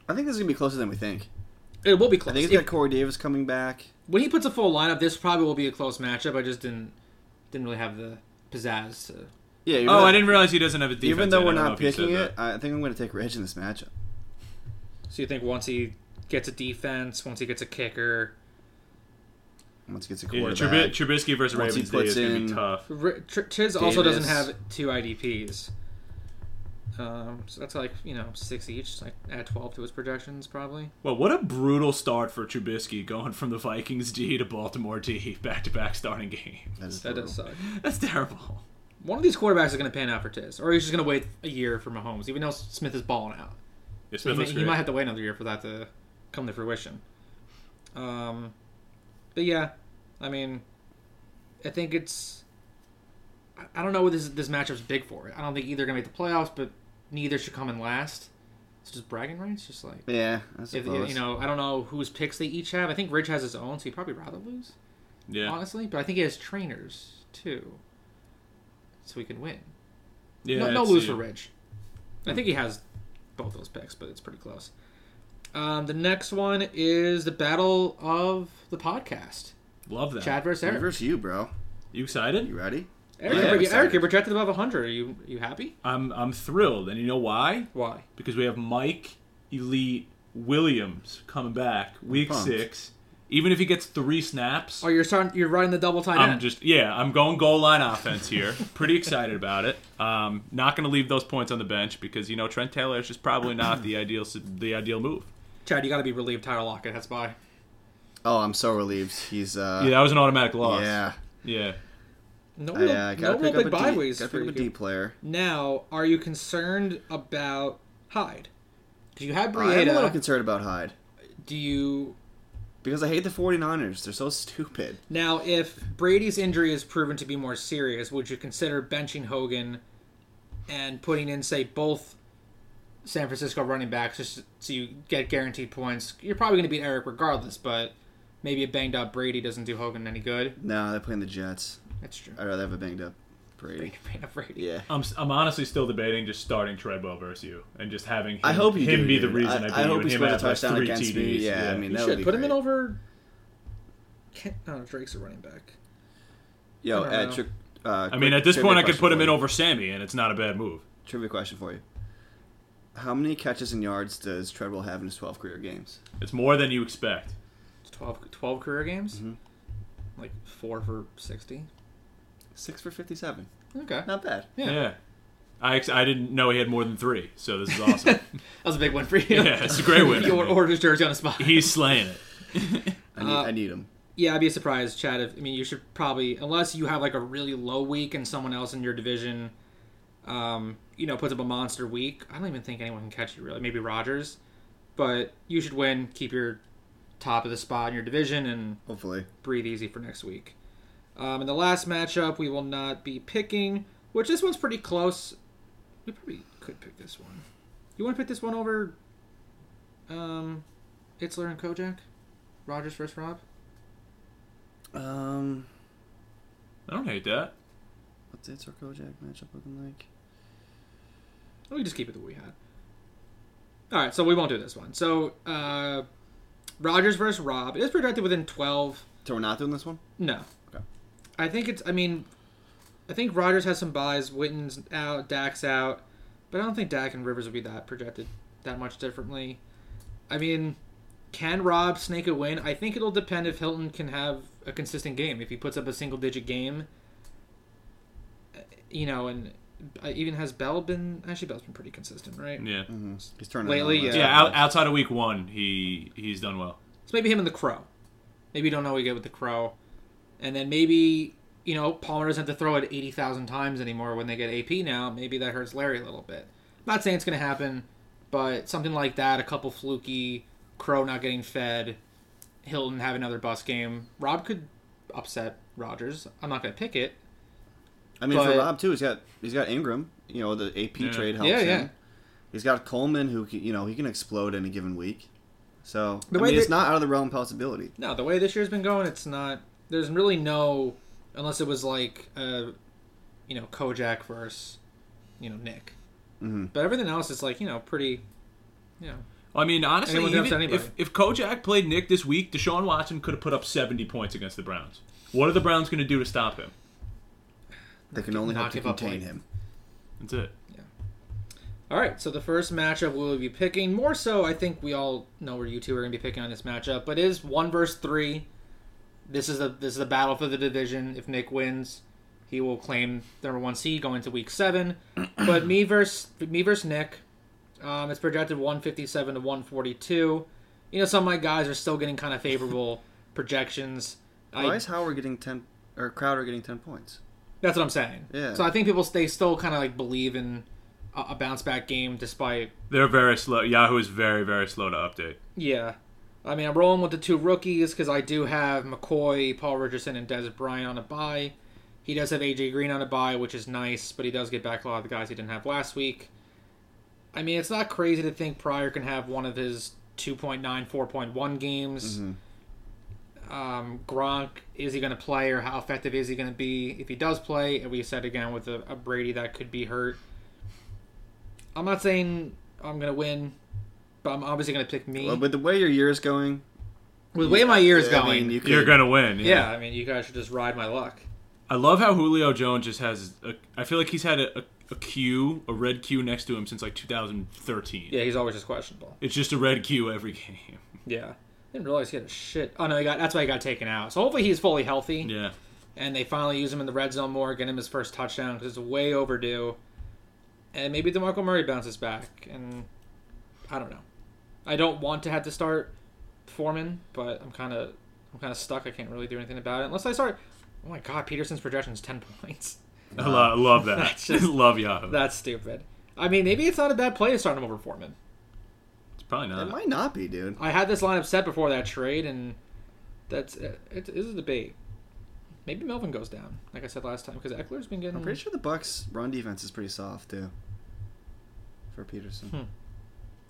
[SPEAKER 2] I think this is gonna be closer than we think.
[SPEAKER 3] It will be
[SPEAKER 2] I
[SPEAKER 3] close.
[SPEAKER 2] think it's
[SPEAKER 3] If-
[SPEAKER 2] got Corey Davis coming back.
[SPEAKER 3] when he puts a full lineup, this probably will be a close matchup. I just didn't didn't really have the pizzazz to.
[SPEAKER 2] Yeah. even
[SPEAKER 1] Oh,
[SPEAKER 2] though-
[SPEAKER 1] I didn't realize he doesn't have a defense.
[SPEAKER 2] Even though
[SPEAKER 1] I
[SPEAKER 2] we're
[SPEAKER 1] don't know if
[SPEAKER 2] not
[SPEAKER 1] you
[SPEAKER 2] picking
[SPEAKER 1] said
[SPEAKER 2] it, I think I'm gonna take Ridge in this matchup.
[SPEAKER 3] So you think once he gets a defense, once he gets a kicker,
[SPEAKER 2] Once he gets a
[SPEAKER 1] that. Yeah,
[SPEAKER 2] quarterback.
[SPEAKER 1] Trubis- Trubisky versus
[SPEAKER 2] Once he
[SPEAKER 1] Ravens Day
[SPEAKER 2] puts
[SPEAKER 1] is going
[SPEAKER 2] in-
[SPEAKER 1] to be tough.
[SPEAKER 3] R- Tr- Tiz also
[SPEAKER 2] Davis.
[SPEAKER 3] doesn't have two IDPs. Um, so that's like you know six each. Like add twelve to his projections probably.
[SPEAKER 1] Well, what a brutal start for Trubisky going from the Vikings D to Baltimore D, back to back starting game.
[SPEAKER 2] That is
[SPEAKER 3] That
[SPEAKER 2] brutal.
[SPEAKER 3] does suck.
[SPEAKER 1] That's terrible.
[SPEAKER 3] One of these quarterbacks is going to pan out for Tiz, or he's just going to wait a year for Mahomes, even though Smith is balling out.
[SPEAKER 1] Yeah, Smith
[SPEAKER 3] So he, may,
[SPEAKER 1] looks
[SPEAKER 3] he
[SPEAKER 1] great.
[SPEAKER 3] might have to wait another year for that to come to fruition. Um, but yeah, I mean, I think it's. I- I don't know what this this matchup's big for. I don't think either are gonna make the playoffs, but neither should come in last. It's just bragging rights. Just like
[SPEAKER 2] Yeah, I
[SPEAKER 3] if
[SPEAKER 2] suppose.
[SPEAKER 3] you know, I don't know whose picks they each have. I think Ridge has his own, so he'd probably rather lose
[SPEAKER 1] yeah,
[SPEAKER 3] honestly. But I think he has trainers too, so he can win.
[SPEAKER 1] yeah.
[SPEAKER 3] no, no
[SPEAKER 1] that's-
[SPEAKER 3] lose
[SPEAKER 1] yeah.
[SPEAKER 3] for Ridge. I think he has both those picks, but it's pretty close. Um, the next one is the battle of the podcast.
[SPEAKER 1] Love that.
[SPEAKER 3] Chad versus
[SPEAKER 2] Me
[SPEAKER 3] Eric.
[SPEAKER 2] versus you, bro.
[SPEAKER 1] You excited?
[SPEAKER 2] You ready?
[SPEAKER 3] Eric,
[SPEAKER 1] Yeah,
[SPEAKER 3] you're-
[SPEAKER 2] I'm
[SPEAKER 3] Eric,
[SPEAKER 2] excited.
[SPEAKER 3] you're projected above 100. Are you you happy?
[SPEAKER 1] I'm I'm thrilled, and you know why?
[SPEAKER 3] Why?
[SPEAKER 1] Because we have Mike Elite Williams coming back week
[SPEAKER 2] Pumped.
[SPEAKER 1] six. Even if he gets three snaps,
[SPEAKER 3] Oh, you're starting. You're running the double tight
[SPEAKER 1] I'm
[SPEAKER 3] end.
[SPEAKER 1] just yeah, I'm going goal line offense here. Pretty excited about it. Um, not going to leave those points on the bench because you know Trent Taylor is just probably not the ideal s- the ideal move.
[SPEAKER 3] Chad, you got to be relieved. Tyler Lockett has by.
[SPEAKER 2] Oh, I'm so relieved. He's uh
[SPEAKER 1] Yeah, that was an automatic loss.
[SPEAKER 2] yeah.
[SPEAKER 1] yeah.
[SPEAKER 3] No,
[SPEAKER 2] I, uh,
[SPEAKER 3] no
[SPEAKER 2] gotta
[SPEAKER 3] real
[SPEAKER 2] pick
[SPEAKER 3] big bye
[SPEAKER 2] up a D,
[SPEAKER 3] weeks
[SPEAKER 2] gotta
[SPEAKER 3] for
[SPEAKER 2] pick
[SPEAKER 3] you.
[SPEAKER 2] up a D player.
[SPEAKER 3] Now, are you concerned about Hyde? Because you had
[SPEAKER 2] I'm a little
[SPEAKER 3] Breida.
[SPEAKER 2] concerned about Hyde
[SPEAKER 3] Do you
[SPEAKER 2] because I hate the 49ers. They're so stupid.
[SPEAKER 3] Now, if Brady's injury is proven to be more serious, would you consider benching Hogan and putting in, say, both San Francisco running backs just so you get guaranteed points? You're probably going to beat Eric regardless, but maybe a banged up Brady doesn't do Hogan any good.
[SPEAKER 2] No, they're playing the Jets.
[SPEAKER 3] That's true.
[SPEAKER 2] I'd rather have a banged up Brady.
[SPEAKER 3] Banged up Brady.
[SPEAKER 2] Yeah.
[SPEAKER 1] I'm, s- I'm honestly still debating just starting Trebo versus you and just having him,
[SPEAKER 2] I hope you
[SPEAKER 1] him
[SPEAKER 2] do,
[SPEAKER 1] be the
[SPEAKER 2] dude.
[SPEAKER 1] reason I,
[SPEAKER 2] I-
[SPEAKER 1] beat
[SPEAKER 2] I
[SPEAKER 1] you
[SPEAKER 2] hope
[SPEAKER 1] and
[SPEAKER 2] he
[SPEAKER 1] him
[SPEAKER 2] scores a
[SPEAKER 1] have like
[SPEAKER 2] touchdown
[SPEAKER 1] three
[SPEAKER 2] against
[SPEAKER 1] TDs.
[SPEAKER 2] me. Yeah, I mean,
[SPEAKER 3] You
[SPEAKER 2] that would
[SPEAKER 3] should
[SPEAKER 2] be
[SPEAKER 3] put him in
[SPEAKER 2] great.
[SPEAKER 3] over. Ken, oh, Drake's a running back.
[SPEAKER 2] Yo,
[SPEAKER 3] I don't
[SPEAKER 2] uh,
[SPEAKER 3] know.
[SPEAKER 2] tri- uh,
[SPEAKER 1] I mean,
[SPEAKER 2] quick
[SPEAKER 1] at this
[SPEAKER 2] trivia
[SPEAKER 1] point, I could
[SPEAKER 2] question
[SPEAKER 1] put him
[SPEAKER 2] for
[SPEAKER 1] in
[SPEAKER 2] you.
[SPEAKER 1] over Sammy, and it's not a bad move.
[SPEAKER 2] Trivia question for you: How many catches and yards does Treadwell have in his 12 career games?
[SPEAKER 1] It's more than you expect.
[SPEAKER 3] It's 12, 12 career games? Like four for 60.
[SPEAKER 2] Six for 57.
[SPEAKER 3] Okay. That
[SPEAKER 2] Not bad.
[SPEAKER 3] Yeah.
[SPEAKER 1] Yeah. I, ex- I didn't know he had more than three, so this is awesome.
[SPEAKER 3] was a big win for you.
[SPEAKER 1] yeah, it's a great win.
[SPEAKER 3] you ordered his jersey on the spot.
[SPEAKER 1] He's slaying it.
[SPEAKER 2] I need,
[SPEAKER 3] Uh,
[SPEAKER 2] I need him.
[SPEAKER 3] Yeah, I'd be surprised, Chad. If I mean, you should probably, unless you have like a really low week and someone else in your division, um, you know, puts up a monster week. I don't even think anyone can catch you really. Maybe Rogers, but you should win. Keep your top of the spot in your division and
[SPEAKER 2] Hopefully,
[SPEAKER 3] breathe easy for next week. Um, and the last matchup we will not be picking, which this one's pretty close. We probably could pick this one. You want to pick this one over, um, Itzler and Kojak, Rogers versus Rob.
[SPEAKER 2] um,
[SPEAKER 1] I don't hate that.
[SPEAKER 2] what's the Itzhak Kojak matchup looking like?
[SPEAKER 3] We can just keep it the way we had. All right, so we won't do this one. So uh, Rogers versus Rob it is projected within twelve.
[SPEAKER 2] So we're not doing this one.
[SPEAKER 3] No,
[SPEAKER 2] Okay.
[SPEAKER 3] I think it's. I mean, I think Rogers has some buys. Witten's out, Dak's out, but I don't think Dak and Rivers will be that projected that much differently. I mean, can Rob snake a win? I think it'll depend if Hilton can have a consistent game. If he puts up a single digit game, uh, you know, and uh, even has Bell been actually Bell's been pretty consistent, right?
[SPEAKER 1] Yeah.
[SPEAKER 2] Mm-hmm. He's turning
[SPEAKER 3] Lately,
[SPEAKER 2] it on.
[SPEAKER 3] yeah.
[SPEAKER 1] Yeah, out, outside of week one, he he's done well.
[SPEAKER 3] So maybe him and the Crow. Maybe you don't know what you get with the Crow. And then maybe, you know, Palmer doesn't have to throw it 80,000 times anymore when they get AP now. Maybe that hurts Larry a little bit. not saying it's going to happen, but something like that, a couple fluky, Crow not getting fed, Hilton have another bus game. Rob could upset Rogers. I'm not going to pick it.
[SPEAKER 2] I mean,
[SPEAKER 3] But-
[SPEAKER 2] for Rob too, he's got he's got Ingram. You know, the AP
[SPEAKER 1] Yeah.
[SPEAKER 2] trade helps
[SPEAKER 3] Yeah, yeah.
[SPEAKER 2] him. He's got Coleman, who can, you know he can explode any given week. So
[SPEAKER 3] The
[SPEAKER 2] I
[SPEAKER 3] way
[SPEAKER 2] mean, it's
[SPEAKER 3] that-
[SPEAKER 2] not out of the realm of possibility.
[SPEAKER 3] No, the way this year's been going, it's not. There's really no, unless it was like, uh, you know, Kojak versus, you know, Nick.
[SPEAKER 2] Mhm.
[SPEAKER 3] But everything else is like, you know, pretty, you know,
[SPEAKER 1] I mean, honestly,
[SPEAKER 3] Anyone can
[SPEAKER 1] even
[SPEAKER 3] upset
[SPEAKER 1] if,
[SPEAKER 3] anybody.
[SPEAKER 1] if Kojak played Nick this week, Deshaun Watson could have put up 70 points against the Browns. What are the Browns going to do to stop him?
[SPEAKER 2] They can only
[SPEAKER 3] not
[SPEAKER 2] hope to
[SPEAKER 3] give up
[SPEAKER 2] contain
[SPEAKER 3] late.
[SPEAKER 2] him.
[SPEAKER 1] That's it.
[SPEAKER 3] All right, so the first matchup we'll be picking, more so, I think we all know where you two are going to be picking on this matchup, but it is one versus three. This is a this is a battle for the division. If Nick wins, he will claim the number one seed going to week seven. but me versus me versus Nick, um, it's projected 157 to 142. You know, some of my guys are still getting kind of favorable projections.
[SPEAKER 2] Why
[SPEAKER 3] I,
[SPEAKER 2] is Howard getting ten or Crowder getting ten points?
[SPEAKER 3] That's what I'm saying.
[SPEAKER 2] Yeah.
[SPEAKER 3] So I think people they still kind of like believe in a, a bounce back game despite
[SPEAKER 1] They're very slow. Yahoo is very very slow to update.
[SPEAKER 3] yeah. I mean, I'm rolling with the two rookies because I do have McCoy, Paul Richardson, and Des Bryant on a bye. He does have AJ Green on a bye, which is nice, but he does get back a lot of the guys he didn't have last week. I mean, it's not crazy to think Pryor can have one of his 2.9, 4.1 games. Um, Gronk, is he going to play or how effective is he going to be? If he does play, and we said again with a, a Brady that could be hurt. I'm not saying I'm going to win, but I'm obviously going to pick me.
[SPEAKER 2] Well, with the way your year is going,
[SPEAKER 3] With the way my year is
[SPEAKER 2] I
[SPEAKER 3] going,
[SPEAKER 2] mean, you could,
[SPEAKER 1] You're gonna win.
[SPEAKER 3] yeah, I mean, you guys should just ride my luck.
[SPEAKER 1] I love how Julio Jones just has. A, I feel like he's had a, a, a Q, a red Q next to him since like 2013.
[SPEAKER 3] Yeah, he's always just questionable.
[SPEAKER 1] It's just a red Q every game.
[SPEAKER 3] Yeah, didn't realize he had a shit. Oh no, he got that's why he got taken out. So hopefully he's fully healthy,
[SPEAKER 1] Yeah.
[SPEAKER 3] and they finally use him in the red zone more, get him his first touchdown because it's way overdue. And maybe Demarco Murray bounces back, and I don't know. I don't want to have to start Foreman, but I'm kind of I'm kind of stuck. I can't really do anything about it unless I start. Oh my god, Peterson's projection is ten points.
[SPEAKER 1] I lo- love that.
[SPEAKER 3] That's just-
[SPEAKER 1] love Yahoo.
[SPEAKER 3] That's stupid. I mean, maybe it's not a bad play to start him over Foreman.
[SPEAKER 1] it's probably
[SPEAKER 2] It
[SPEAKER 1] not.
[SPEAKER 2] might not be, dude.
[SPEAKER 3] I had this lineup set before that trade, and that's it, it is a debate. Maybe Melvin goes down, like I said last time, because Eckler's been getting.
[SPEAKER 2] I'm pretty sure the Bucks' run defense is pretty soft too. For Peterson,
[SPEAKER 3] Hmm.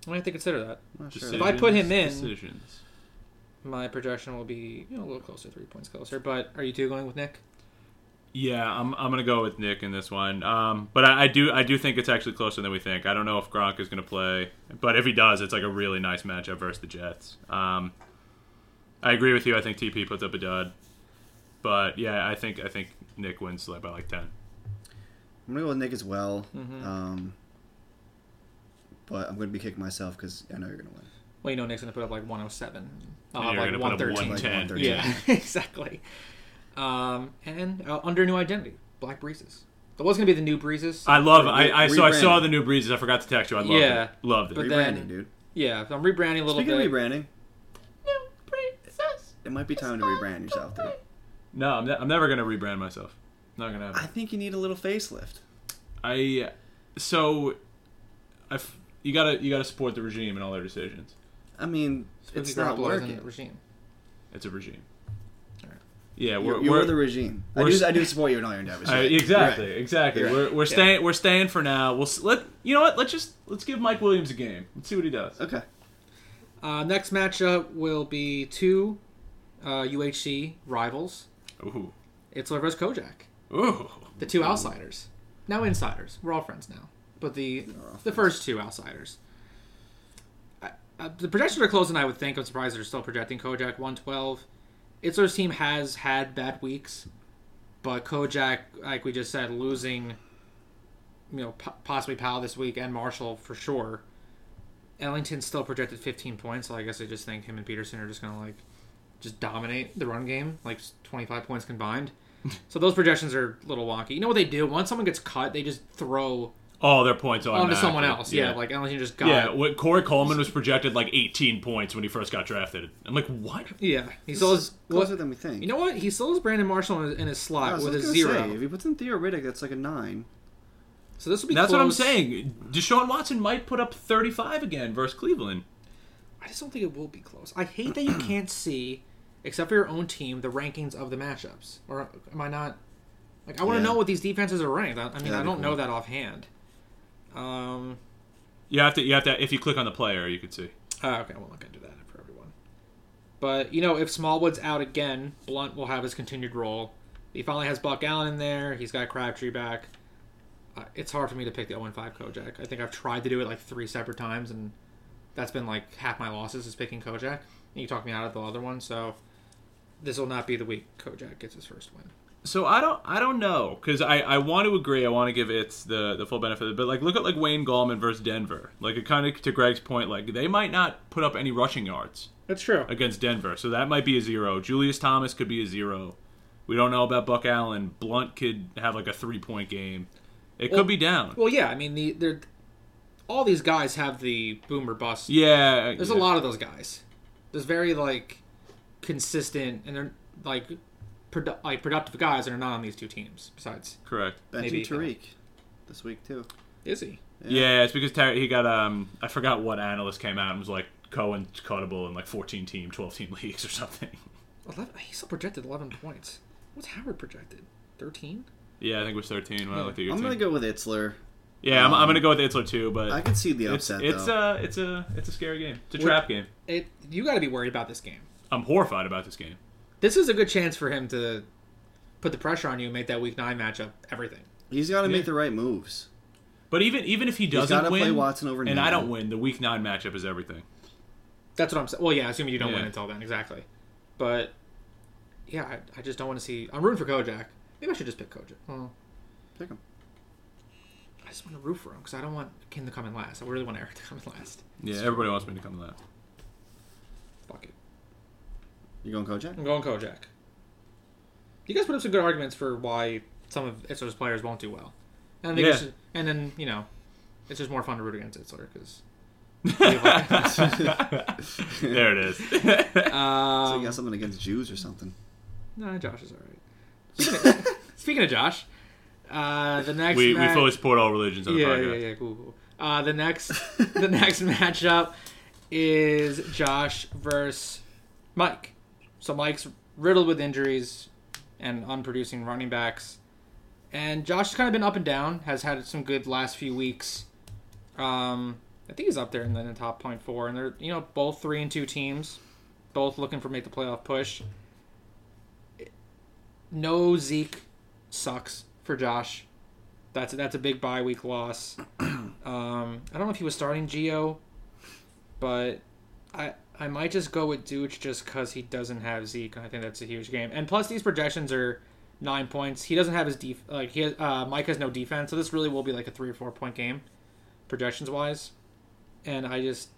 [SPEAKER 3] I might have to consider that.
[SPEAKER 2] I'm not sure.
[SPEAKER 1] Decisions,
[SPEAKER 3] If I put him in-
[SPEAKER 1] decisions.
[SPEAKER 3] My projection will be you know a little closer, three points closer. But are you two going with Nick?
[SPEAKER 1] Yeah, I'm, I'm gonna go with Nick in this one. Um, but I, I do I do think it's actually closer than we think. I don't know if Gronk is gonna play, but if he does, it's like a really nice matchup versus the Jets. Um, I agree with you. I think TP puts up a dud, but yeah, I think I think Nick wins like by like ten.
[SPEAKER 2] I'm gonna go with Nick as well.
[SPEAKER 3] Mhm.
[SPEAKER 2] Um, but I'm gonna be kicking myself because I know you're gonna win.
[SPEAKER 3] Well, you know Nick's gonna put up like 107.
[SPEAKER 1] And
[SPEAKER 3] I'll
[SPEAKER 1] you're
[SPEAKER 3] have like
[SPEAKER 1] gonna put up
[SPEAKER 3] 113.
[SPEAKER 1] 110.
[SPEAKER 2] 113.
[SPEAKER 3] Yeah, exactly. Um, and uh, under new identity, Black Breezes. That was gonna be the new Breezes.
[SPEAKER 1] I love. I, I so I
[SPEAKER 2] Rebranding.
[SPEAKER 1] saw the new breezes. I forgot to text you. I loved
[SPEAKER 3] Yeah.
[SPEAKER 1] it. Loved it.
[SPEAKER 3] But
[SPEAKER 2] rebranding,
[SPEAKER 3] then-
[SPEAKER 2] dude.
[SPEAKER 3] yeah, so I'm rebranding a little
[SPEAKER 2] Speaking
[SPEAKER 3] bit.
[SPEAKER 2] of rebranding,
[SPEAKER 3] new Breezes.
[SPEAKER 2] it might be time to rebrand yourself, dude.
[SPEAKER 1] no, I'm, ne- I'm never gonna rebrand myself. Not gonna happen.
[SPEAKER 2] I think you need a little facelift.
[SPEAKER 1] I so I f- you gotta you gotta support the regime in all their decisions.
[SPEAKER 2] I mean, it's not
[SPEAKER 3] Garoppolo isn't
[SPEAKER 2] working.
[SPEAKER 3] Regime.
[SPEAKER 1] It's a regime.
[SPEAKER 3] Alright.
[SPEAKER 1] Yeah, we're,
[SPEAKER 2] You're,
[SPEAKER 1] we're,
[SPEAKER 2] you're the regime. I
[SPEAKER 1] we're
[SPEAKER 2] do,
[SPEAKER 1] s-
[SPEAKER 2] I do support you in all your endeavors.
[SPEAKER 1] Uh,
[SPEAKER 2] right?
[SPEAKER 1] exactly,
[SPEAKER 2] Right.
[SPEAKER 1] exactly.
[SPEAKER 2] You're right.
[SPEAKER 1] We're, we're staying we're staying for now. We'll s- let you know what. Let's just let's give Mike Williams a game. Let's see what he does.
[SPEAKER 2] Okay.
[SPEAKER 3] Uh, next matchup will be two uh, UHC rivals.
[SPEAKER 1] Ooh,
[SPEAKER 3] It's versus Kojak,
[SPEAKER 1] ooh.
[SPEAKER 3] the two outsiders. Now insiders. We're all friends now. But the
[SPEAKER 2] all
[SPEAKER 3] the first two outsiders. I, uh, the projections are closing, I would think. I'm surprised they're still projecting Kojak 112. Itzler's team has had bad weeks, but Kojak, like we just said, losing, you know, po- possibly Powell this week and Marshall for sure. Ellington's still projected 15 points, so I guess I just think him and Peterson are just going to, like, just dominate the run game, like 25 points combined. so those projections are a little wonky. You know what they do? Once someone gets cut, they just throw
[SPEAKER 1] All Oh, their points on
[SPEAKER 3] onto someone else. Yeah, like uh, Ellington just got.
[SPEAKER 1] yeah. What Corey Coleman was projected like 18 points when he first got drafted. I'm like, what?
[SPEAKER 3] Yeah, he still has.
[SPEAKER 2] Closer
[SPEAKER 3] well,
[SPEAKER 2] than we think.
[SPEAKER 3] you know what? He still has Brandon Marshall in his, in his
[SPEAKER 2] I
[SPEAKER 3] slot
[SPEAKER 2] was
[SPEAKER 3] with a
[SPEAKER 2] just gonna
[SPEAKER 3] zero.
[SPEAKER 2] say, if he puts in theoretic, that's like a nine.
[SPEAKER 3] so this will be.
[SPEAKER 1] That's what I'm
[SPEAKER 3] close.
[SPEAKER 1] saying. Deshaun Watson might put up 35 again versus Cleveland.
[SPEAKER 3] I just don't think it will be close. I hate that you can't see, except for your own team, the rankings of the matchups. Or am I not? Like, I want to
[SPEAKER 2] Yeah.
[SPEAKER 3] know what these defenses are ranked. I, I mean,
[SPEAKER 2] that'd
[SPEAKER 3] I
[SPEAKER 2] be
[SPEAKER 3] don't know
[SPEAKER 2] cool.
[SPEAKER 3] that offhand. Um.
[SPEAKER 1] You have to you have to if you click on the player, you could see.
[SPEAKER 3] Uh, okay, well, I'm not going to do that for everyone. But, you know, if Smallwood's out again, Blunt will have his continued role. He finally has Buck Allen in there. He's got Crabtree back. Uh, it's hard for me to pick the 0 5 Kojak. I think I've tried to do it like three separate times, and that's been like half my losses is picking Kojak. And you talked me out of the other one, so this will not be the week Kojak gets his first win.
[SPEAKER 1] So I don't I don't know because I, I want to agree I want to give it's the the full benefit but like look at like Wayne Gallman versus Denver like it kind of to Greg's point like they might not put up any rushing yards
[SPEAKER 3] That's true.
[SPEAKER 1] against Denver so that might be a zero Julius Thomas could be a zero we don't know about Buck Allen Blunt could have like a three point game it
[SPEAKER 3] Well-
[SPEAKER 1] could be down
[SPEAKER 3] Well, yeah, I mean, the they're, all these guys have the boomer bust
[SPEAKER 1] yeah
[SPEAKER 3] There's
[SPEAKER 1] yeah.
[SPEAKER 3] a lot of those guys. There's very like consistent, and they're like produ- like productive guys that are not on these two teams. Besides,
[SPEAKER 1] Correct.
[SPEAKER 2] Benching
[SPEAKER 3] Maybe-
[SPEAKER 2] Tariq this week too.
[SPEAKER 3] is he?
[SPEAKER 1] Yeah, it's because Terry, he got um I forgot what analyst came out and was like Cohen's cuttable in like 14 team, 12 team leagues or something.
[SPEAKER 3] 11, he's still projected 11 points. What's Howard projected? 13?
[SPEAKER 1] Yeah, I think it was 13 when I looked at your
[SPEAKER 2] I'm
[SPEAKER 1] team.
[SPEAKER 2] gonna go with Itzler.
[SPEAKER 1] yeah, I'm, I'm gonna go with Itzler too, but
[SPEAKER 2] I can see the
[SPEAKER 1] it's
[SPEAKER 2] upset
[SPEAKER 1] it's
[SPEAKER 2] though.
[SPEAKER 1] a it's a it's a scary game. It's a
[SPEAKER 3] What-
[SPEAKER 1] trap game.
[SPEAKER 3] It, you got to be worried about this game.
[SPEAKER 1] I'm horrified about this game.
[SPEAKER 3] This is a good chance for him to put the pressure on you and make that week nine matchup everything.
[SPEAKER 2] He's got to
[SPEAKER 1] yeah.
[SPEAKER 2] make the right moves.
[SPEAKER 1] But even even if he doesn't
[SPEAKER 2] gotta
[SPEAKER 1] win,
[SPEAKER 2] play Watson over
[SPEAKER 1] and I
[SPEAKER 2] Newman.
[SPEAKER 1] don't win, the week nine matchup is everything.
[SPEAKER 3] That's what I'm saying. Well, yeah, assuming you don't win
[SPEAKER 1] Yeah.
[SPEAKER 3] until then, exactly. But yeah, I, I just don't want to see. I'm rooting for Kojak. Maybe I should just pick Kojak. Well,
[SPEAKER 2] Pick him.
[SPEAKER 3] I just want to root for him because I don't want Kim to come in last. I really want Eric to come in last.
[SPEAKER 1] Yeah, everybody wants me to come last.
[SPEAKER 3] Fuck it.
[SPEAKER 2] You going Kojak?
[SPEAKER 3] I'm going Kojak. You guys put up some good arguments for why some of Itzler's players won't do well. And, I think it's
[SPEAKER 1] Yeah.
[SPEAKER 3] just- and then, you know, it's just more fun to root against Itzler because.
[SPEAKER 1] there it is.
[SPEAKER 2] So you
[SPEAKER 3] Um,
[SPEAKER 2] got something against Jews or something?
[SPEAKER 3] nah, Josh is alright. Speaking of, speaking of Josh, uh, the next.
[SPEAKER 1] we we
[SPEAKER 3] match-
[SPEAKER 1] fully support all religions on the
[SPEAKER 3] yeah,
[SPEAKER 1] podcast.
[SPEAKER 3] yeah, yeah, cool, cool. Uh, the next, the next matchup is Josh versus Mike. So Mike's riddled with injuries and unproducing running backs, and Josh has kind of been up and down. Has had some good last few weeks. Um, I think he's up there in the, in the top point four, and they're you know both three and two teams, both looking for make the playoff push. No Zeke sucks for Josh. That's that's a big bye week loss. Um, I don't know if he was starting Geo, but I I might just go with Dooch just because he doesn't have Zeke. and I think that's a huge game. And plus, these projections are nine points. He doesn't have his def like he has, uh, Mike has no defense, so this really will be like a three or four point game, projections wise. And I just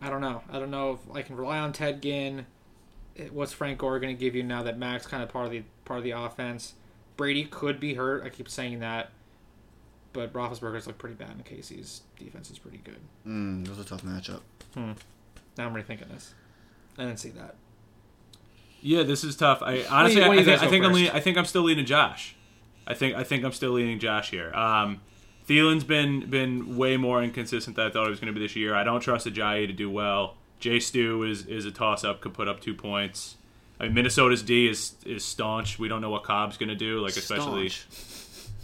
[SPEAKER 3] I don't know. I don't know if I can rely on Ted Ginn. It- What's Frank Gore going to give you now that Mac's kind of part of the part of the offense? Brady could be hurt. I keep saying that, but Roethlisberger's look pretty bad, and Casey's defense is pretty good.
[SPEAKER 2] Mm, it was a tough matchup.
[SPEAKER 3] Now I'm rethinking this. I didn't see that.
[SPEAKER 1] Yeah, this is tough. I honestly,
[SPEAKER 3] Wait, wait,
[SPEAKER 1] I,
[SPEAKER 3] you
[SPEAKER 1] I,
[SPEAKER 3] guys
[SPEAKER 1] think, I
[SPEAKER 3] go
[SPEAKER 1] think I'm
[SPEAKER 3] first.
[SPEAKER 1] leaning, I think I'm still leaning Josh. I think I think I'm still leaning Josh here. Um, Thielen's been been way more inconsistent than I thought he was going to be this year. I don't trust Ajayi to do well. Jay Stu is is a toss up. Could put up two points. I mean, Minnesota's D is is staunch. We don't know what Cobb's going to do. Like especially,
[SPEAKER 2] Staunch.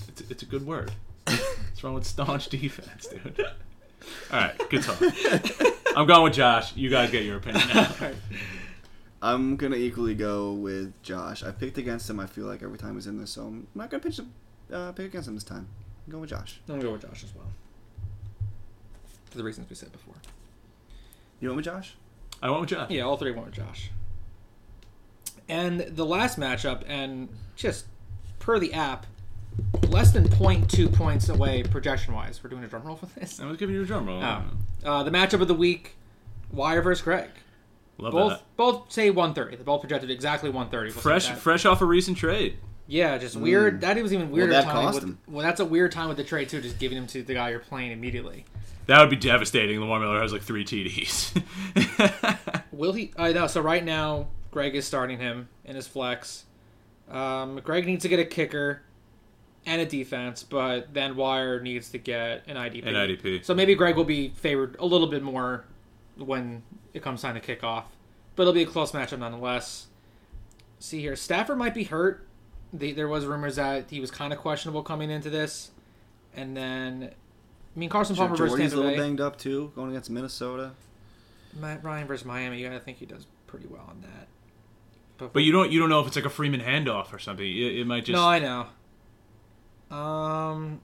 [SPEAKER 1] it's, it's a good word. What's wrong with staunch defense, dude? All right, good talk. I'm going with Josh. You guys get your opinion now.
[SPEAKER 2] I'm gonna equally go with Josh. I picked against him. I feel like every time he's in this, so I'm not gonna pitch him, uh, pick against him this time. I'm going with Josh.
[SPEAKER 3] I'm gonna go with Josh as well. For the reasons we said before.
[SPEAKER 2] You went with Josh?
[SPEAKER 1] I went with Josh.
[SPEAKER 3] Yeah, all three went with Josh. And the last matchup, and just per the app, less than 0.2 points away projection wise. We're doing a drum roll for this.
[SPEAKER 1] I was giving you a drum roll.
[SPEAKER 3] Oh. Uh, the matchup of the week, Wire versus Greg.
[SPEAKER 1] Love
[SPEAKER 3] Both
[SPEAKER 1] that.
[SPEAKER 3] both say 130. They both projected exactly 130. We'll say
[SPEAKER 1] Fresh,
[SPEAKER 3] that.
[SPEAKER 1] fresh off a recent trade.
[SPEAKER 3] Yeah, just weird. That was even
[SPEAKER 2] Hmm.
[SPEAKER 3] weirder
[SPEAKER 2] that
[SPEAKER 3] timing.
[SPEAKER 2] cost
[SPEAKER 3] with,
[SPEAKER 2] him.
[SPEAKER 3] Well, that's a weird time with the trade too. Just giving him to the guy you're playing immediately.
[SPEAKER 1] That would be devastating. Lamar Miller has like three TDs.
[SPEAKER 3] Will he? I know. So right now, Greg is starting him in his flex. Um, Greg needs to get a kicker and a defense, but then Wire needs to get an IDP.
[SPEAKER 1] An IDP.
[SPEAKER 3] So maybe Greg will be favored a little bit more when it comes time to kick off, but it'll be a close matchup nonetheless. See here, Stafford might be hurt. The, there was rumors that he was kind of questionable coming into this, and then. I mean, Carson Palmer versus
[SPEAKER 2] Jordy's a
[SPEAKER 3] Tampa
[SPEAKER 2] little
[SPEAKER 3] Bay.
[SPEAKER 2] banged up too, going against Minnesota.
[SPEAKER 3] Matt Ryan versus Miami, I think he does pretty well on that.
[SPEAKER 1] but you don't, you don't know if it's like a Freeman handoff or something. It, it might just.
[SPEAKER 3] no, I know. Um,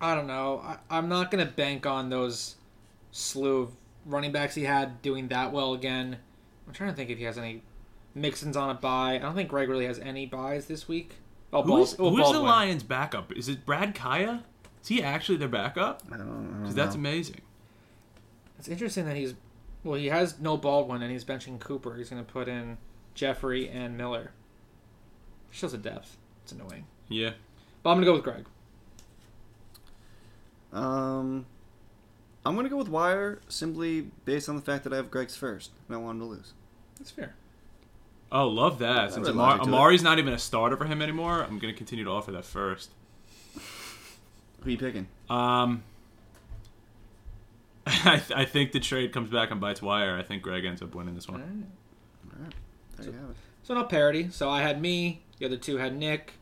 [SPEAKER 3] I don't know. I, I'm not gonna bank on those slew of running backs he had doing that well again. I'm trying to think if he has any. Mixon's on a buy. I don't think Greg really has any buys this week. Oh,
[SPEAKER 1] who is,
[SPEAKER 3] Bald- oh,
[SPEAKER 1] who is the
[SPEAKER 3] Baldwin.
[SPEAKER 1] Lions' backup? Is it Brad Kaya? Is he actually their backup?
[SPEAKER 2] I don't, I don't
[SPEAKER 1] Because that's
[SPEAKER 2] know.
[SPEAKER 1] amazing.
[SPEAKER 3] It's interesting that he's. Well, he has no Baldwin, and he's benching Cooper. He's gonna put in Jeffrey and Miller. Shows a depth. It's annoying.
[SPEAKER 1] Yeah.
[SPEAKER 3] But I'm gonna go with Greg.
[SPEAKER 2] Um, I'm gonna go with Wire simply based on the fact that I have Greg's first, and I want him to lose.
[SPEAKER 3] That's fair.
[SPEAKER 1] Oh, love that. Since
[SPEAKER 2] really
[SPEAKER 1] Amar-
[SPEAKER 2] logic to it.
[SPEAKER 1] Amari's not even a starter for him anymore, I'm going to continue to offer that first.
[SPEAKER 2] Who you picking?
[SPEAKER 1] Um, I, th- I think the trade comes back and bites wire. I think Greg ends up winning this one.
[SPEAKER 3] Alright.
[SPEAKER 2] There you have it.
[SPEAKER 3] So no parody. So I had me. The other two had Nick.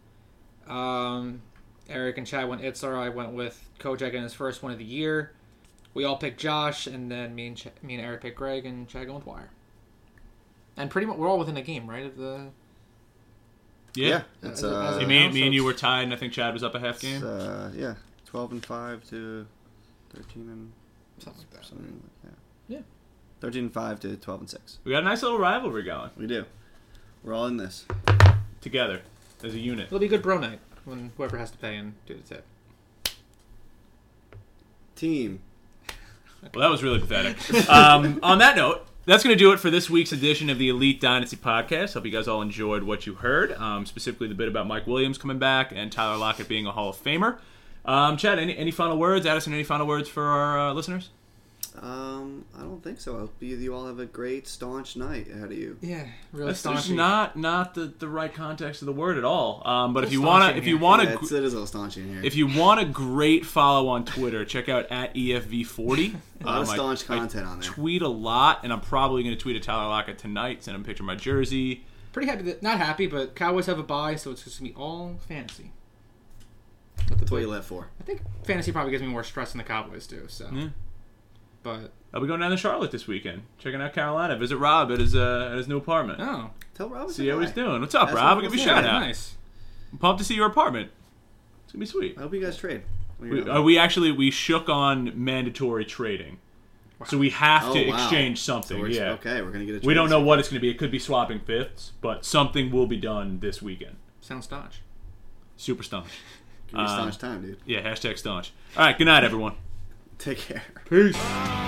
[SPEAKER 3] Um, Eric and Chad went Itzar. I went with Kojak in his first one of the year. We all picked Josh, and then me and Ch- me and Eric picked Greg, and Chad went with Wire. And pretty much we're all within a game, right? Of the
[SPEAKER 1] Yeah.
[SPEAKER 2] it's
[SPEAKER 3] As a- as
[SPEAKER 2] uh,
[SPEAKER 3] a-
[SPEAKER 1] You
[SPEAKER 3] mean-
[SPEAKER 1] Me,
[SPEAKER 3] Yeah.
[SPEAKER 1] me and you were tied, and I think Chad was up a half
[SPEAKER 2] it's,
[SPEAKER 1] game.
[SPEAKER 2] uh, yeah, twelve and five to thirteen and
[SPEAKER 3] something like that.
[SPEAKER 2] something like that.
[SPEAKER 3] Yeah.
[SPEAKER 2] thirteen and five to twelve and six.
[SPEAKER 1] we got a nice little rivalry going
[SPEAKER 2] We do. We're all in this.
[SPEAKER 1] together as a unit.
[SPEAKER 3] It'll be a good bro night when whoever has to pay and do the tip.
[SPEAKER 2] Team.
[SPEAKER 1] Well, that was really pathetic. Um, on that note, that's going to do it for this week's edition of the Elite Dynasty Podcast. Hope you guys all enjoyed what you heard, um, specifically the bit about Mike Williams coming back and Tyler Lockett being a Hall of Famer. Um, Chad, any, any final words? Addison, any final words for our uh, listeners?
[SPEAKER 2] Um, I don't think so. I hope you, you all have a great staunch night ahead of you.
[SPEAKER 3] Yeah, really
[SPEAKER 1] That's just
[SPEAKER 3] staunch.
[SPEAKER 1] not not the, the right context of the word at all. Um, but if you
[SPEAKER 3] Staunchy
[SPEAKER 1] want to, if
[SPEAKER 3] here.
[SPEAKER 1] you want
[SPEAKER 2] Yeah,
[SPEAKER 1] to,
[SPEAKER 2] it's, it is a little staunch in here.
[SPEAKER 1] if you want a great follow on Twitter, check out at E EFV40.
[SPEAKER 2] a lot of
[SPEAKER 1] Um, I-
[SPEAKER 2] staunch
[SPEAKER 1] I
[SPEAKER 2] content on there.
[SPEAKER 1] tweet a lot, and I'm probably going to tweet a Tyler Lockett tonight. Send him a picture of my jersey.
[SPEAKER 3] Pretty happy that not happy, but Cowboys have a bye, so it's just gonna be all fantasy. But the
[SPEAKER 2] That's what you live for.
[SPEAKER 3] I think fantasy probably gives me more stress than the Cowboys do. So, but
[SPEAKER 1] I'll be going down to Charlotte this weekend, checking out Carolina. Visit Rob at his uh, at his new apartment.
[SPEAKER 3] oh,
[SPEAKER 2] Tell Robinson.
[SPEAKER 1] See how he's
[SPEAKER 2] hi.
[SPEAKER 1] doing. What's up,
[SPEAKER 2] That's
[SPEAKER 1] Rob?
[SPEAKER 2] what
[SPEAKER 1] I'll give you a
[SPEAKER 2] we'll
[SPEAKER 1] shout
[SPEAKER 2] say.
[SPEAKER 1] out.
[SPEAKER 3] nice.
[SPEAKER 1] I'm pumped to see your apartment. It's gonna be sweet.
[SPEAKER 2] I hope you guys trade. when you're
[SPEAKER 1] We,
[SPEAKER 2] done.
[SPEAKER 1] uh, we actually we shook on mandatory trading, so we have
[SPEAKER 2] Oh,
[SPEAKER 1] to
[SPEAKER 2] wow.
[SPEAKER 1] exchange
[SPEAKER 2] So
[SPEAKER 1] something.
[SPEAKER 2] we're-
[SPEAKER 1] yeah,
[SPEAKER 2] Okay, we're gonna get a.
[SPEAKER 1] we
[SPEAKER 2] trade.
[SPEAKER 1] don't know what it's gonna be. It could be swapping fifths, but something will be done this weekend.
[SPEAKER 3] Sounds staunch.
[SPEAKER 1] Super staunch. uh,
[SPEAKER 2] Give me staunch time, dude.
[SPEAKER 1] Yeah, hashtag staunch. All right, good night, everyone.
[SPEAKER 2] Take care.
[SPEAKER 3] Peace.
[SPEAKER 4] Thank